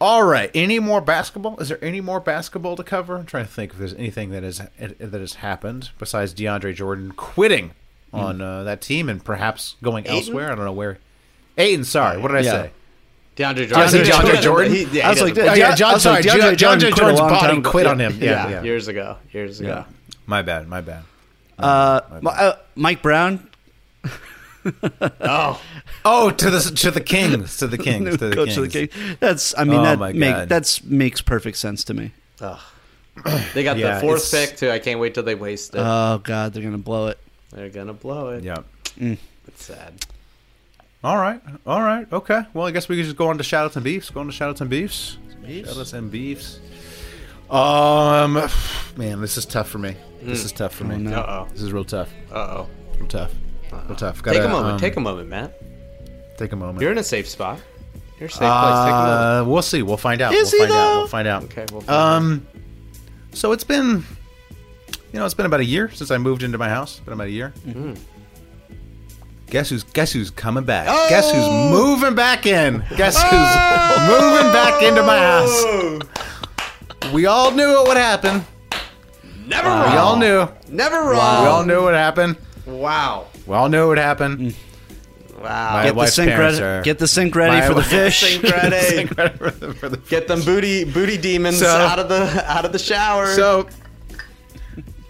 All right. Any more basketball? Is there any more basketball to cover? I'm trying to think if there's anything that is that has happened besides DeAndre Jordan quitting on uh, that team and perhaps going elsewhere. I don't know where. Aiden, sorry, what did I Yeah. say? DeAndre I said Jordan. DeAndre Jordan. He- yeah, he I was like, doesn't- yeah, Oh, yeah, I John, was sorry, like, DeAndre, DeAndre Jordan quit a Jordan's long body time ago. quit on him. Yeah, yeah, yeah. years ago. Years ago. Yeah. Um, My bad, my bad. Uh, Mi- uh, Mike Brown, Oh, Oh, to the to the Kings, to the Kings, to the coach Kings. of the Kings. That's. I mean, Oh, my that make, God. that's makes perfect sense to me. they got Yeah, the fourth it's- Uh, pick too. I can't wait till they waste it. Oh God, they're gonna blow it. They're gonna blow it. Yeah. It's sad. All right. All right. Okay. Well, I guess we could just go on to shoutouts and beefs. Go on to shoutouts and beefs. Shoutouts and beefs. Um, man, this is tough for me. Hmm. This is tough Oh, for me. no. Uh-oh. This is real tough. Uh oh. Real tough. Real tough. Gotta, Take a moment. um, take a moment, Matt. Take a moment. You're in a safe spot. You're a safe place. Take a moment. uh, we'll see. We'll find out. Is we'll he find out. though? We'll find out. Okay. Well, Um, so it's been, you know, it's been about a year since I moved into my house. It's been about a year. Mm-hmm. Guess who's guess who's coming back? Guess who's Oh! moving back in? Guess who's moving back into my house? We all knew it would happen. never We all knew. Never We all wrong. knew it would happen. Wow. We all knew it would happen. Wow. My Get the wife's sink parents ready. are- Get the sink ready My for the wife- fish. Sink ready. for the- for the- Get them booty booty demons So- out of the out of the shower. So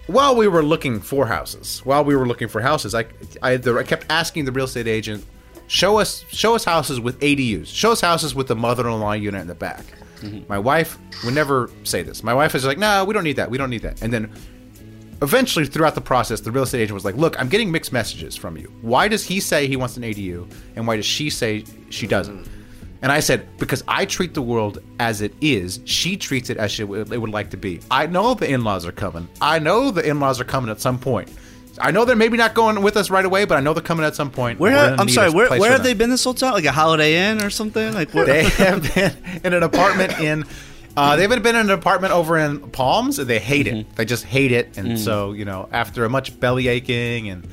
while we were looking for houses, while we were looking for houses, I I, the, I kept asking the real estate agent, show us show us houses with ADUs, show us houses with the mother-in-law unit in the back. My wife would never say this. My wife is like, no, we don't need that. We don't need that. And then eventually throughout the process the real estate agent was like look i'm getting mixed messages from you why does he say he wants an adu and why does she say she doesn't and i said because i treat the world as it is she treats it as she would, it would like to be i know the in-laws are coming i know the in-laws are coming at some point i know they're maybe not going with us right away but i know they're coming at some point Where We're have, gonna I'm need sorry. a Where, place where for have them. they been this whole time? Like a Holiday Inn or something? Like where? They have been in an apartment in. Uh, they've been in an apartment over in Palms. and They hate Mm-hmm. it. They just hate it. Mm. And so, you know, after a much belly aching and,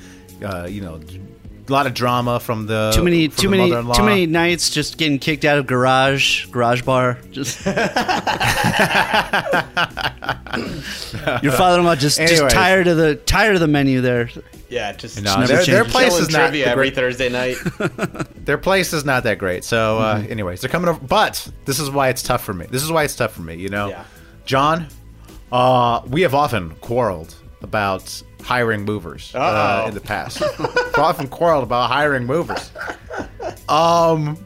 uh, you know, a lot of drama from the too many, from too the many, mother-in-law. too many nights just getting kicked out of garage, garage bar. Just your father-in-law just just Anyways. tired of the tired of the menu there. yeah, just No, their, just their changes. place killing is not trivia the every great, Thursday night. their place is not that great. So, uh, Mm-hmm. anyways, they're coming over. But this is why it's tough for me. This is why it's tough for me. You know, Yeah. John, uh, we have often quarreled about hiring movers uh, Uh-oh. in the past. We've often quarreled about hiring movers. Um,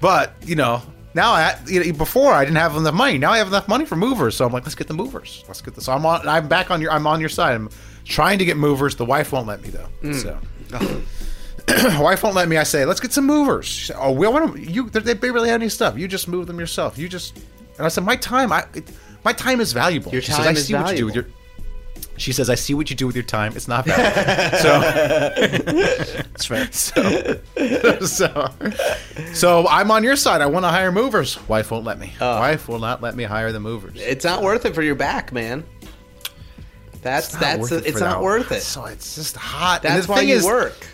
but you know, now I you know, before I didn't have enough money. Now I have enough money for movers, so I'm like, let's get the movers. Let's get this. So I'm on. I'm back on your. I'm on your side. I'm trying to get movers. The wife won't let me though. Mm. So. wife won't let me. I say, let's get some movers. She said, oh, we want to. You, they they barely have any stuff. You just move them yourself. You just. And I said, my time, I, it, my time is valuable. Your she says, time I is see what you do with your. valuable. She says, I see what you do with your time. It's not valuable. so, That's right. so, so I'm on your side. I want to hire movers. Wife won't let me. Wife will not let me hire the movers. Uh. It's not worth it for your back, man. That's It's not that's worth it's, it for not that. worth it. So it's just hot. and That's the why thing you is, work.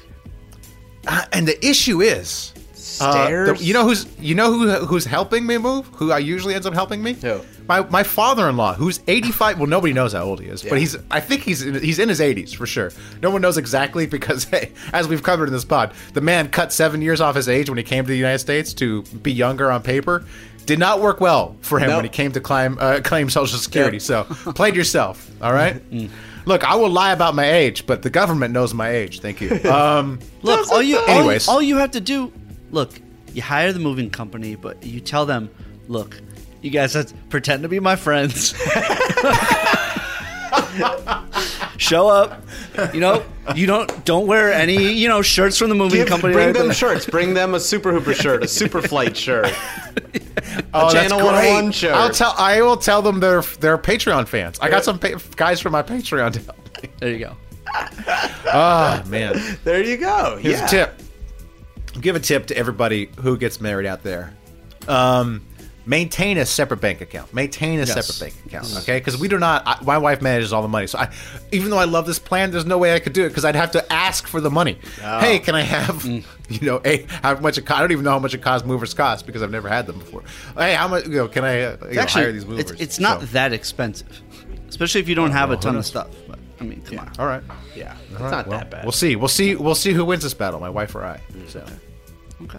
Uh, and the issue is, uh, Stairs. the- you know who's you know who who's helping me move? Who I usually ends up helping me? Who? My my father-in-law, who's 85. Well, nobody knows how old he is, Yeah. but he's I think he's in, he's in his 80s for sure. No one knows exactly because hey, as we've covered in this pod, the man cut seven years off his age when he came to the United States to be younger on paper. Did not work well for him No. when he came to climb uh, claim Social Security. Yep. Mm. So played yourself. All right. Look, I will lie about my age, but the government knows my age. Thank you. Um, Look, all you, all, Anyways. all you have to do. Look, you hire the moving company, but you tell them, look, you guys have to pretend to be my friends. Show up. You know, you don't don't wear any, you know, shirts from the moving Give- company. bring right? them shirts. Bring them a Super Hooper shirt, a Super Flight shirt. Oh, Channel 101 shirt. I'll tell. I will tell them they're they're Patreon fans. I got some pa- guys from my Patreon. To help. There you go. Oh man. There you go. Here's yeah. a tip. Give a tip to everybody who gets married out there. Um, maintain a separate bank account. Maintain a separate bank account. Okay, because we do not. I, my wife manages all the money, so I, even though I love this plan, there's no way I could do it because I'd have to ask for the money. Hey, can I have you know a how much it cost? I don't even know how much it costs. Movers cost because I've never had them before. Hey, how much? You know, can I uh, you know, hire these movers? it's, it's not So, that expensive, especially if you don't have a ton of stuff. But I mean, come on. all right. Yeah, it's All right, not well, that bad. Mm. We'll see. We'll see. We'll see who wins this battle, my wife or I. So. Okay.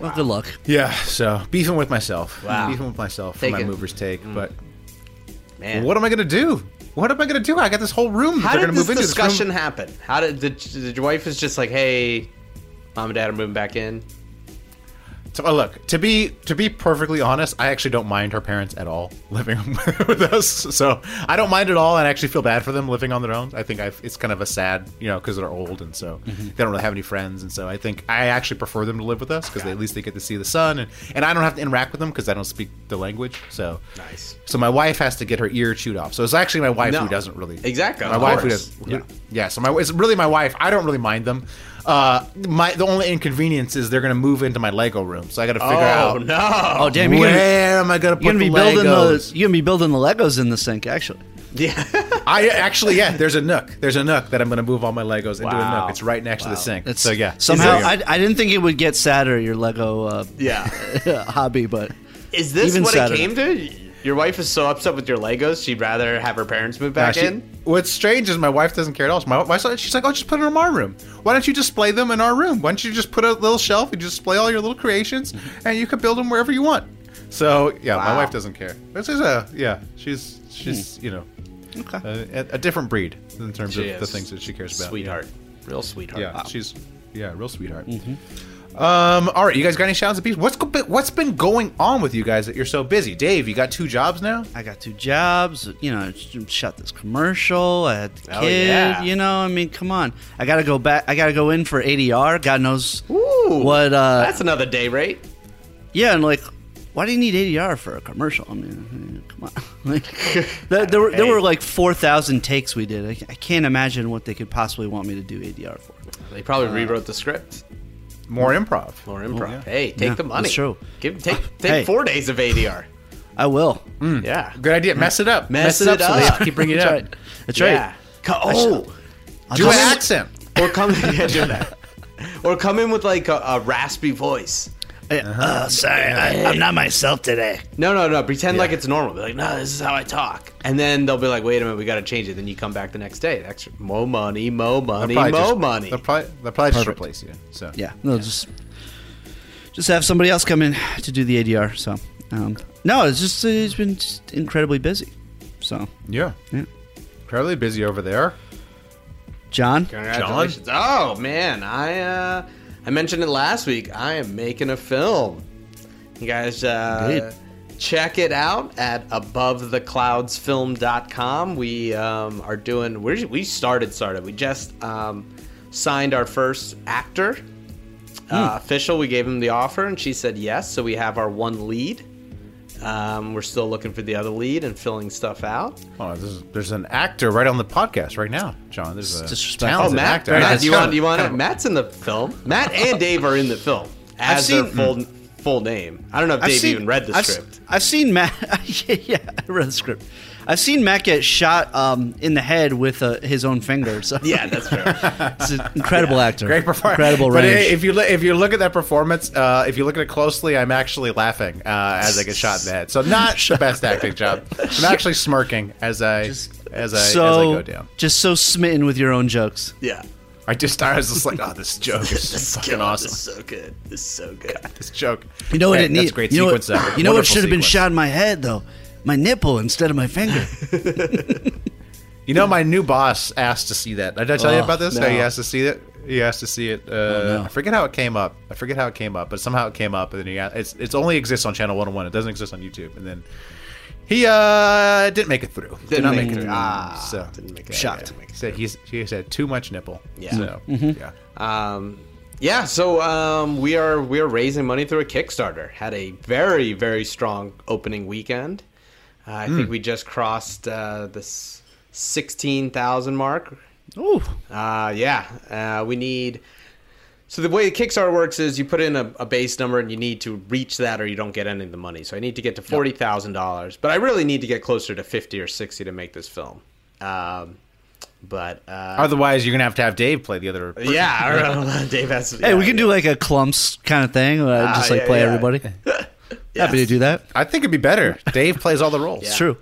Well, good luck. Yeah, so beefing with myself. Wow. Mm. Beefing with myself for my Taking- movers take. But Man. what am I going to do? What am I going to do? I got this whole room. How They're did going to this move into This room. discussion happen? How did, did, did your wife is just like, hey, mom and dad are moving back in? So, uh, look, to be to be perfectly honest, I actually don't mind her parents at all living with us. So I don't mind at all, and I actually feel bad for them living on their own. I think i it's kind of a sad, you know, because they're old and so Mm-hmm. they don't really have any friends, and so I think I actually prefer them to live with us because at least they get to see the sun, and, and I don't have to interact with them because I don't speak the language. So Nice. So my wife has to get her ear chewed off. So it's actually my wife No. who doesn't really Exactly, My of wife who course. does. Yeah. yeah. So my it's really my wife. I don't really mind them. Uh, my the only inconvenience is they're gonna move into my Lego room, so I got to figure Oh, out no. Oh damn, you're gonna, where am I gonna put you're gonna be the building Legos. the you're gonna be building the Legos in the sink. Actually, Yeah. I actually yeah. There's a nook. There's a nook that I'm gonna move all my Legos into a Wow. nook. It's right next to the sink. It's- so yeah. Somehow, There you I, I didn't think it would get sadder your Lego uh, yeah. hobby, but Is this Even what sadder. it came to? Your wife is so upset with your Legos, she'd rather have her parents move back Now, she- in? What's strange is my wife doesn't care at all. So My wife, she's like, "Oh, just put them in our room. Why don't you display them in our room? Why don't you just put a little shelf and just display all your little creations, and you can build them wherever you want." So yeah, my Mm-hmm. Wow. Hmm. wife doesn't care. This is a yeah. She's she's you know a, a different breed in terms She of the is. things that she cares about. Sweetheart. Real sweetheart. Yeah, Wow. Mm-hmm. she's yeah, real sweetheart. Um, all right, you guys got any shouts and peace? What's go- what's been going on with you guys that you're so busy? Dave, you got two jobs now. I got two jobs. You know, I shot this commercial. I had the Oh, kid. yeah. You know, I mean, come on. I gotta go back. I gotta go in for ADR. God knows Ooh, what. Uh, That's another day rate. yeah, and like, why do you need ADR for a commercial? I mean, come on. Like, there, there were there were like four thousand takes we did. I, I can't imagine what they could possibly want me to do ADR for. They probably Uh, rewrote the script. More Hmm. improv. More improv. Oh, yeah. Hey, take Yeah, the money. that's true. Give take take Hey. Mm. four days of ADR. I will. Yeah. Good idea. Mess it up. Hmm. Mess it so Oh, they up. keep bringing it That's up. right. That's Yeah. right. Co- Oh, I'll Do an just- accent. or come yeah, do that. Or come in with like a, a raspy voice. Uh, sorry, I, I'm not myself today. No, no, no. Pretend like it's normal. Be like, no, this is how I talk. And then they'll be like, wait a minute, we got to change it. Then you come back the next day. Extra more money, more money, more money. They'll probably, they'll probably just replace you. So Yeah, no, just just have somebody else come in to do the ADR. So, um, no, it's just it's been just incredibly busy. So, yeah, Yeah. Incredibly busy over there. John, Congratulations. Oh man, I uh, I mentioned it last week. I am making a film. You guys uh, check it out at abovethecloudsfilm.com. We um, are doing we're, we started started. We just um, signed our first actor. Uh, official, we gave him the offer and she said yes, so we have our one lead. Um, we're still looking for the other lead and filling stuff out. Oh, there's, there's an actor right on the podcast right now, John. There's a disrespectful. talented Oh, Matt, actor. Matt That's do you kind want of- you want kind it? of- Matt's in the film. Matt and Dave are in the film as I've their seen- full full name. I don't know if Dave even read the I've, s- script. I've seen Matt. yeah, yeah, I read the script. I've seen Matt get shot um, in the head with uh, his own finger. So, Yeah, that's fair. he's an incredible actor. Great performance, Incredible But range. hey, if you look, if you look at that performance, uh, if you look at it closely, I'm actually laughing uh, as I get shot in the head. So not the best acting job. I'm actually smirking as I as I as I so go down. just so smitten with your own jokes. yeah, I just I was just like, oh, this joke is this is fucking good. awesome. This is so good. This is so good. This joke. You know what Hey, it needs. That's a great you know sequence. What, though. you know what Wonderful should have been sequence. shot in my head though, my nipple instead of my finger. You know, my new boss asked to see that. Did I tell you Oh, about this? no. How he asked to see it. He asked to see it. Uh, I forget how it came up. I forget how it came up, but somehow it came up. And then he asked, it's it's only exists on channel 101. It doesn't exist on YouTube. And then he uh didn't make it through. Did Didn't not make make it it through. through. Ah, so didn't make it. Shocked. Yeah, didn't make it. said he's he said too much nipple. Yeah. So, yeah. Um, yeah, so um, we are we are raising money through a Kickstarter. Had a very very strong opening weekend. Uh, I Hmm. think we just crossed uh, this sixteen thousand mark. Ooh, Uh, yeah, uh, we need. So the way the Kickstarter works is you put in a, a base number and you need to reach that or you don't get any of the money. So I need to get to forty thousand dollars, but I really need to get closer to fifty or sixty to make this film. Um, but uh, Otherwise, you're gonna have to have Dave play the other. yeah, or, Dave has. hey, we can do like a clumps kind of thing. Uh, just like yeah, play yeah. everybody. Happy to do that. I think it'd be better. Dave plays all the roles. It's true.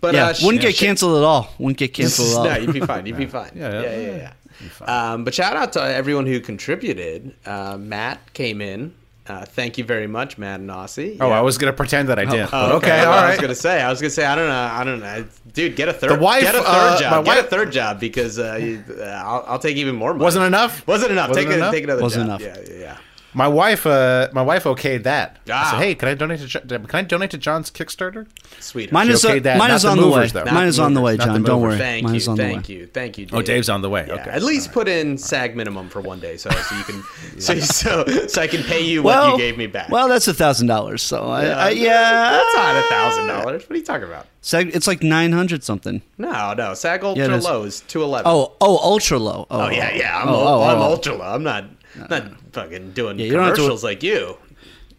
But yeah, uh, sh- wouldn't yeah, get canceled at all. Wouldn't get canceled at all. no, you'd be fine. You'd be fine. Yeah, Yeah, yeah, yeah. yeah. yeah. Um, but shout out to everyone who contributed. Uh, Matt came in. Uh, thank you very much, Matt and Aussie. Oh, Yeah. I was gonna pretend that I did. but okay, Well, all I was right. gonna say. I was gonna say. I don't know. I don't know. Dude, get a third. The wife, get a third uh, job. my get a wife- third job because uh, you, uh, I'll, I'll take even more money. Wasn't enough? Wasn't enough. Wasn't take, a- enough? take another Wasn't job. enough. Yeah, yeah, yeah. My wife, uh, my wife okayed that. I Ah. said, "Hey, can I donate to Jo- can I donate to John's Kickstarter?" Sweet. Mine She is, uh, okayed that. mine Not is the on movers, the way. though. Mine is on the way, Not the John. Don't movers. worry. Thank mine you. is on Thank the way. you. Thank you. Dave. Oh, Dave's on the way. Yeah, okay, at least put in SAG minimum for one day, so so you can so so so I can pay you what you gave me back. Well, that's a thousand dollars. So I, I, yeah, that's not a thousand dollars. What are you talking about? Sag, it's like nine hundred something. No, no, SAG Yeah, ultra it is. low is two eleven. Oh, oh, ultra low. Oh, oh yeah, yeah. I'm, oh, ul- oh, I'm oh. ultra low. I'm not not fucking doing you don't have to- commercials like you.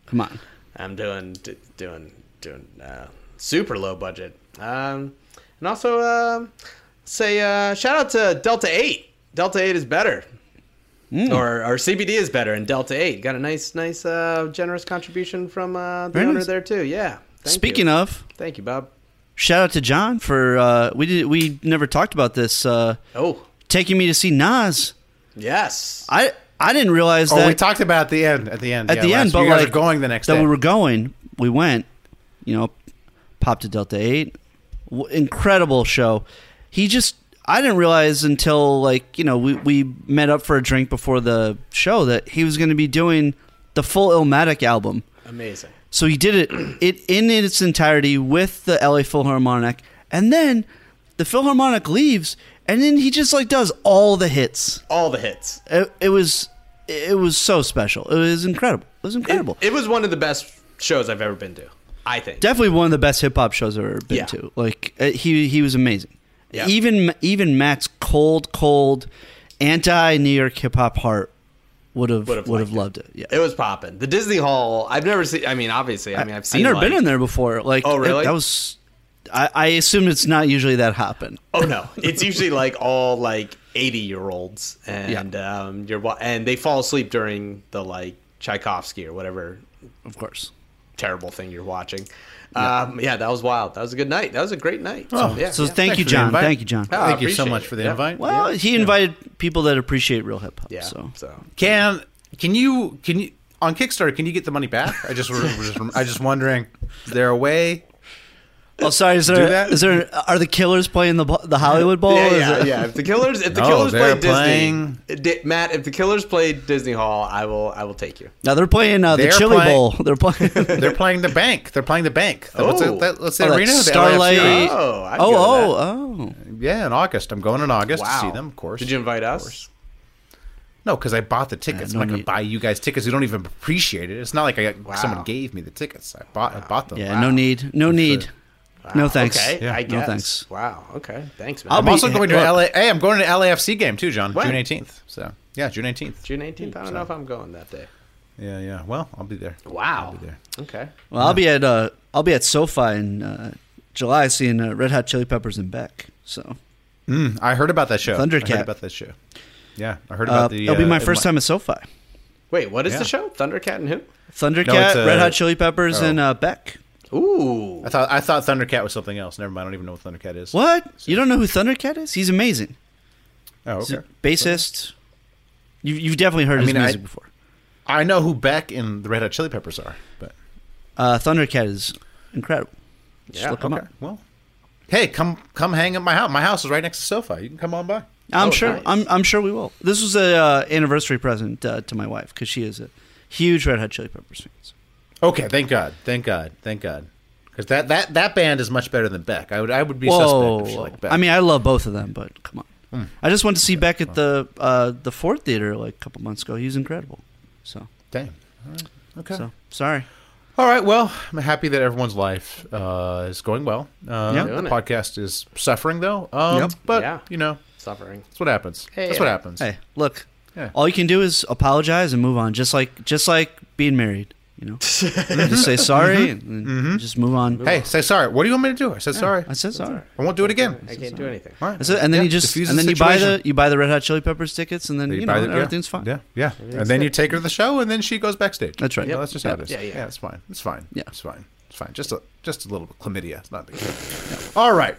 Come on. I'm doing d- doing doing uh, super low budget. Um, and also um say uh, shout out to Delta Eight. Delta Eight is better, Mm. or or CBD is better, and Delta Eight got a nice nice uh, generous contribution from uh, the Very owner nice. there too. Yeah. Thank Speaking you. of, thank you, Bob. shout out to John for uh, we did we never talked about this uh, Oh taking me to see Nas. yes, I I didn't realize Oh, that we talked about at the end. At the end. at yeah, the last- end, but you guys like are going the next that day. Oh, we were going, we went. You know, popped to Delta Eight, w- incredible show. He just I didn't realize until like you know we we met up for a drink before the show that he was going to be doing the full Illmatic album. amazing. So he did it it in its entirety with the LA Philharmonic, and then the Philharmonic leaves, and then he just like does all the hits. All the hits. It, it was it was so special. It was incredible. It was incredible. It was one of the best shows I've ever been to. I think. Definitely one of the best hip hop shows I've ever been Yeah. to. Like uh, he he was amazing. Yeah. Even even Matt's cold cold anti New York hip hop heart would have Would've would have liked loved it. Yeah. it was popping. The Disney Hall. I've never seen. I mean, obviously, I mean, I've seen. I've never like- been in there before. Like Oh, really? it- that was I, I assume it's not usually that hopping. Oh no, it's usually like all like eighty year olds, and um, you're wa- and they fall asleep during the like Tchaikovsky or whatever Of course. terrible thing you're watching. Yeah. Um, yeah, that was wild. That was a good night. That was a great night. Oh, So, yeah, So yeah. thank Thanks you, for the John. invite. Thank you, John. Oh, I Thank you so appreciate much it. for the Yeah. invite. Well, he invited people that appreciate real hip hop. yeah. So. so Can can you can you on Kickstarter? Can you get the money back? I just, were- were just I just wondering. Is there a way? Oh, sorry. Is Do there that? is there are the Killers playing the bo- the Hollywood Bowl? Yeah, Is yeah, it- yeah. If the killers, if the No, killers they're played playing- Disney, Di- Matt, if the killers played Disney Hall, I will, I will take you. Now they're playing uh, the They're Chili playing- Bowl. They're playing. They're playing the bank. They're playing the bank. The- What's Oh. it, that, what's Oh, the that arena? The Starlight- LAFC? Oh, I'd go oh, to oh, that. oh. Yeah, in August. I'm going in August Wow. to see them. Of course. Did you invite us? No, because I bought the tickets. Uh, no I'm not going need. to buy you guys tickets. You don't even appreciate it. It's not like I got, Wow. someone gave me the tickets. I bought I bought them. Yeah, no need. No need. No thanks. Ah, Okay, I No guess. thanks. Wow. Okay. Thanks, man. I'll I'm be- also going to Look. LA. Hey, I'm going to LAFC game too, John. When? June 18th. So yeah, June 18th. June eighteenth. I don't know if I'm going that day. Yeah, yeah. Well, I'll be there. Wow. I'll be there. Okay. Well, I'll be at uh, I'll be at SoFi in uh, July seeing uh, Red Hot Chili Peppers and Beck. So Mm, I heard about that show. I Thundercat. heard about that show. Yeah, I heard about uh, the. it'll be uh, my first Atla- time at SoFi. Wait, what is Yeah. the show? Thundercat and who? Thundercat, uh, Red Hot Chili oh. Peppers, and uh, Beck. Ooh. I thought I thought Thundercat was something else. Never mind. I don't even know what Thundercat is. What? You don't know who Thundercat is? He's amazing. Oh, He's okay. a bassist. You, you've definitely heard his mean, I- music before. I know who Beck and the Red Hot Chili Peppers are, but Uh, Thundercat is incredible. Just Yeah, look him okay. up. Well, hey, come come hang at my house. My house is right next to SoFi. You can come on by. I'm Oh, sure. nice. I'm, I'm sure we will. This was a uh, anniversary present uh, to my wife because she is a huge Red Hot Chili Peppers fan. So- Okay, thank God, thank God, thank God, because that, that that band is much better than Beck. I would I would be Whoa! suspect if she liked Hmm. Beck. I mean, I love both of them, but come on. I just went to see Beck at the uh, the Ford Theater like a couple months ago. He was incredible. So, damn. All right. Okay. so sorry. All right. Well, I'm happy that everyone's life uh, is going well. Uh, Yeah. The Doing it. podcast is suffering though. Um, Yep. But Yeah. you know, Suffering. that's what happens. Hey, that's what yeah. happens. Hey, look. Yeah. All you can do is apologize and move on, just like just like being married. You know, just say sorry and, then just move on. Mm-hmm. Hey, say sorry. What do you want me to do? I said sorry. I said sorry. I won't do it again. I can't do anything. All right. That's it. And then Yeah, you just diffuse and the then you buy situation. the you buy the Red Hot Chili Peppers tickets, and then you, You know buy the- yeah. everything's fine. Yeah, yeah. And then you take her to the show, and then she goes backstage. That's right. You know, Yep. that's just how Yep. it is. Yeah, yeah. it's fine. It's fine. Yeah. it's fine. It's fine. Just a just a little bit chlamydia. It's not a big. deal. All right.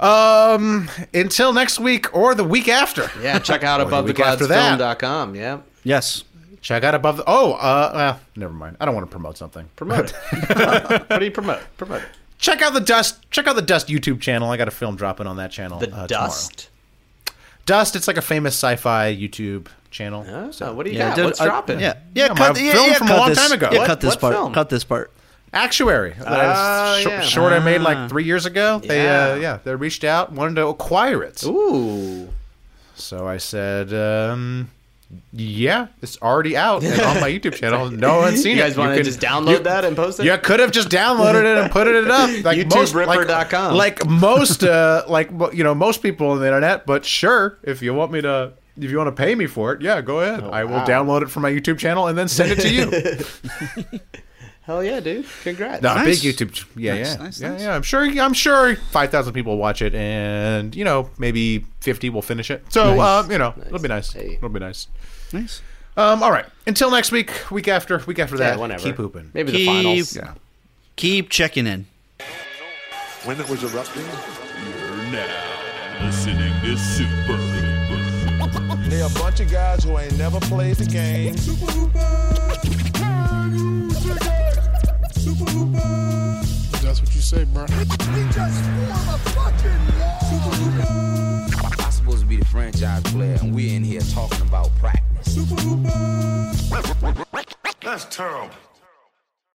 Um. Until next week or the week after. Yeah, check out Or the above the week after that. cloudsfilm.com. Yeah. Yes. Check out above. The, oh, uh, well, never mind. I don't want to promote something. Promote it. what do you promote? Promote it. Check out the dust. Check out the dust YouTube channel. I got a film dropping on that channel. The uh, dust. Tomorrow. Dust. It's like a famous sci-fi YouTube channel. Oh, So- what do you Yeah, got? did- What's I- dropping? Yeah. Yeah. Yeah, cut, my yeah, film yeah, from a cut long this. time ago. Yeah, What- cut this what part. film? Cut this part. Actuary. that I was Oh, sh- yeah. Short I made like three years ago. They uh, Yeah. yeah they reached out wanted to acquire it. Ooh. So I said, um, yeah, it's already out and on my YouTube channel. No one's seen You it. guys want to can- just download you- that and post it? You could have just downloaded it and put it up. Like most, like, YouTuberipper.com. like most, uh, like mo- you know, most people on the internet. But sure, if you want me to, if you want to pay me for it, yeah, go Oh, ahead. I will download it from my YouTube channel and then send it to you. Hell yeah, dude. Congrats. No, Nice. big YouTube. ch- Yeah, Nice, yeah, nice, yeah, nice. yeah. I'm sure. I'm sure five thousand people watch it, and you know, maybe fifty will finish it. So, um, you know, it'll be nice. Hey. It'll be nice. Nice. Um, all right. Until next week, week after, week after Yeah, that. whenever. Keep pooping. Maybe the Keep- finals. Yeah. Keep checking in. When it was erupting, You're now listening to Super. They a bunch of guys who ain't never played the game. That's what you say, bro. I'm supposed to be the franchise player, and we're in here talking about practice. That's terrible.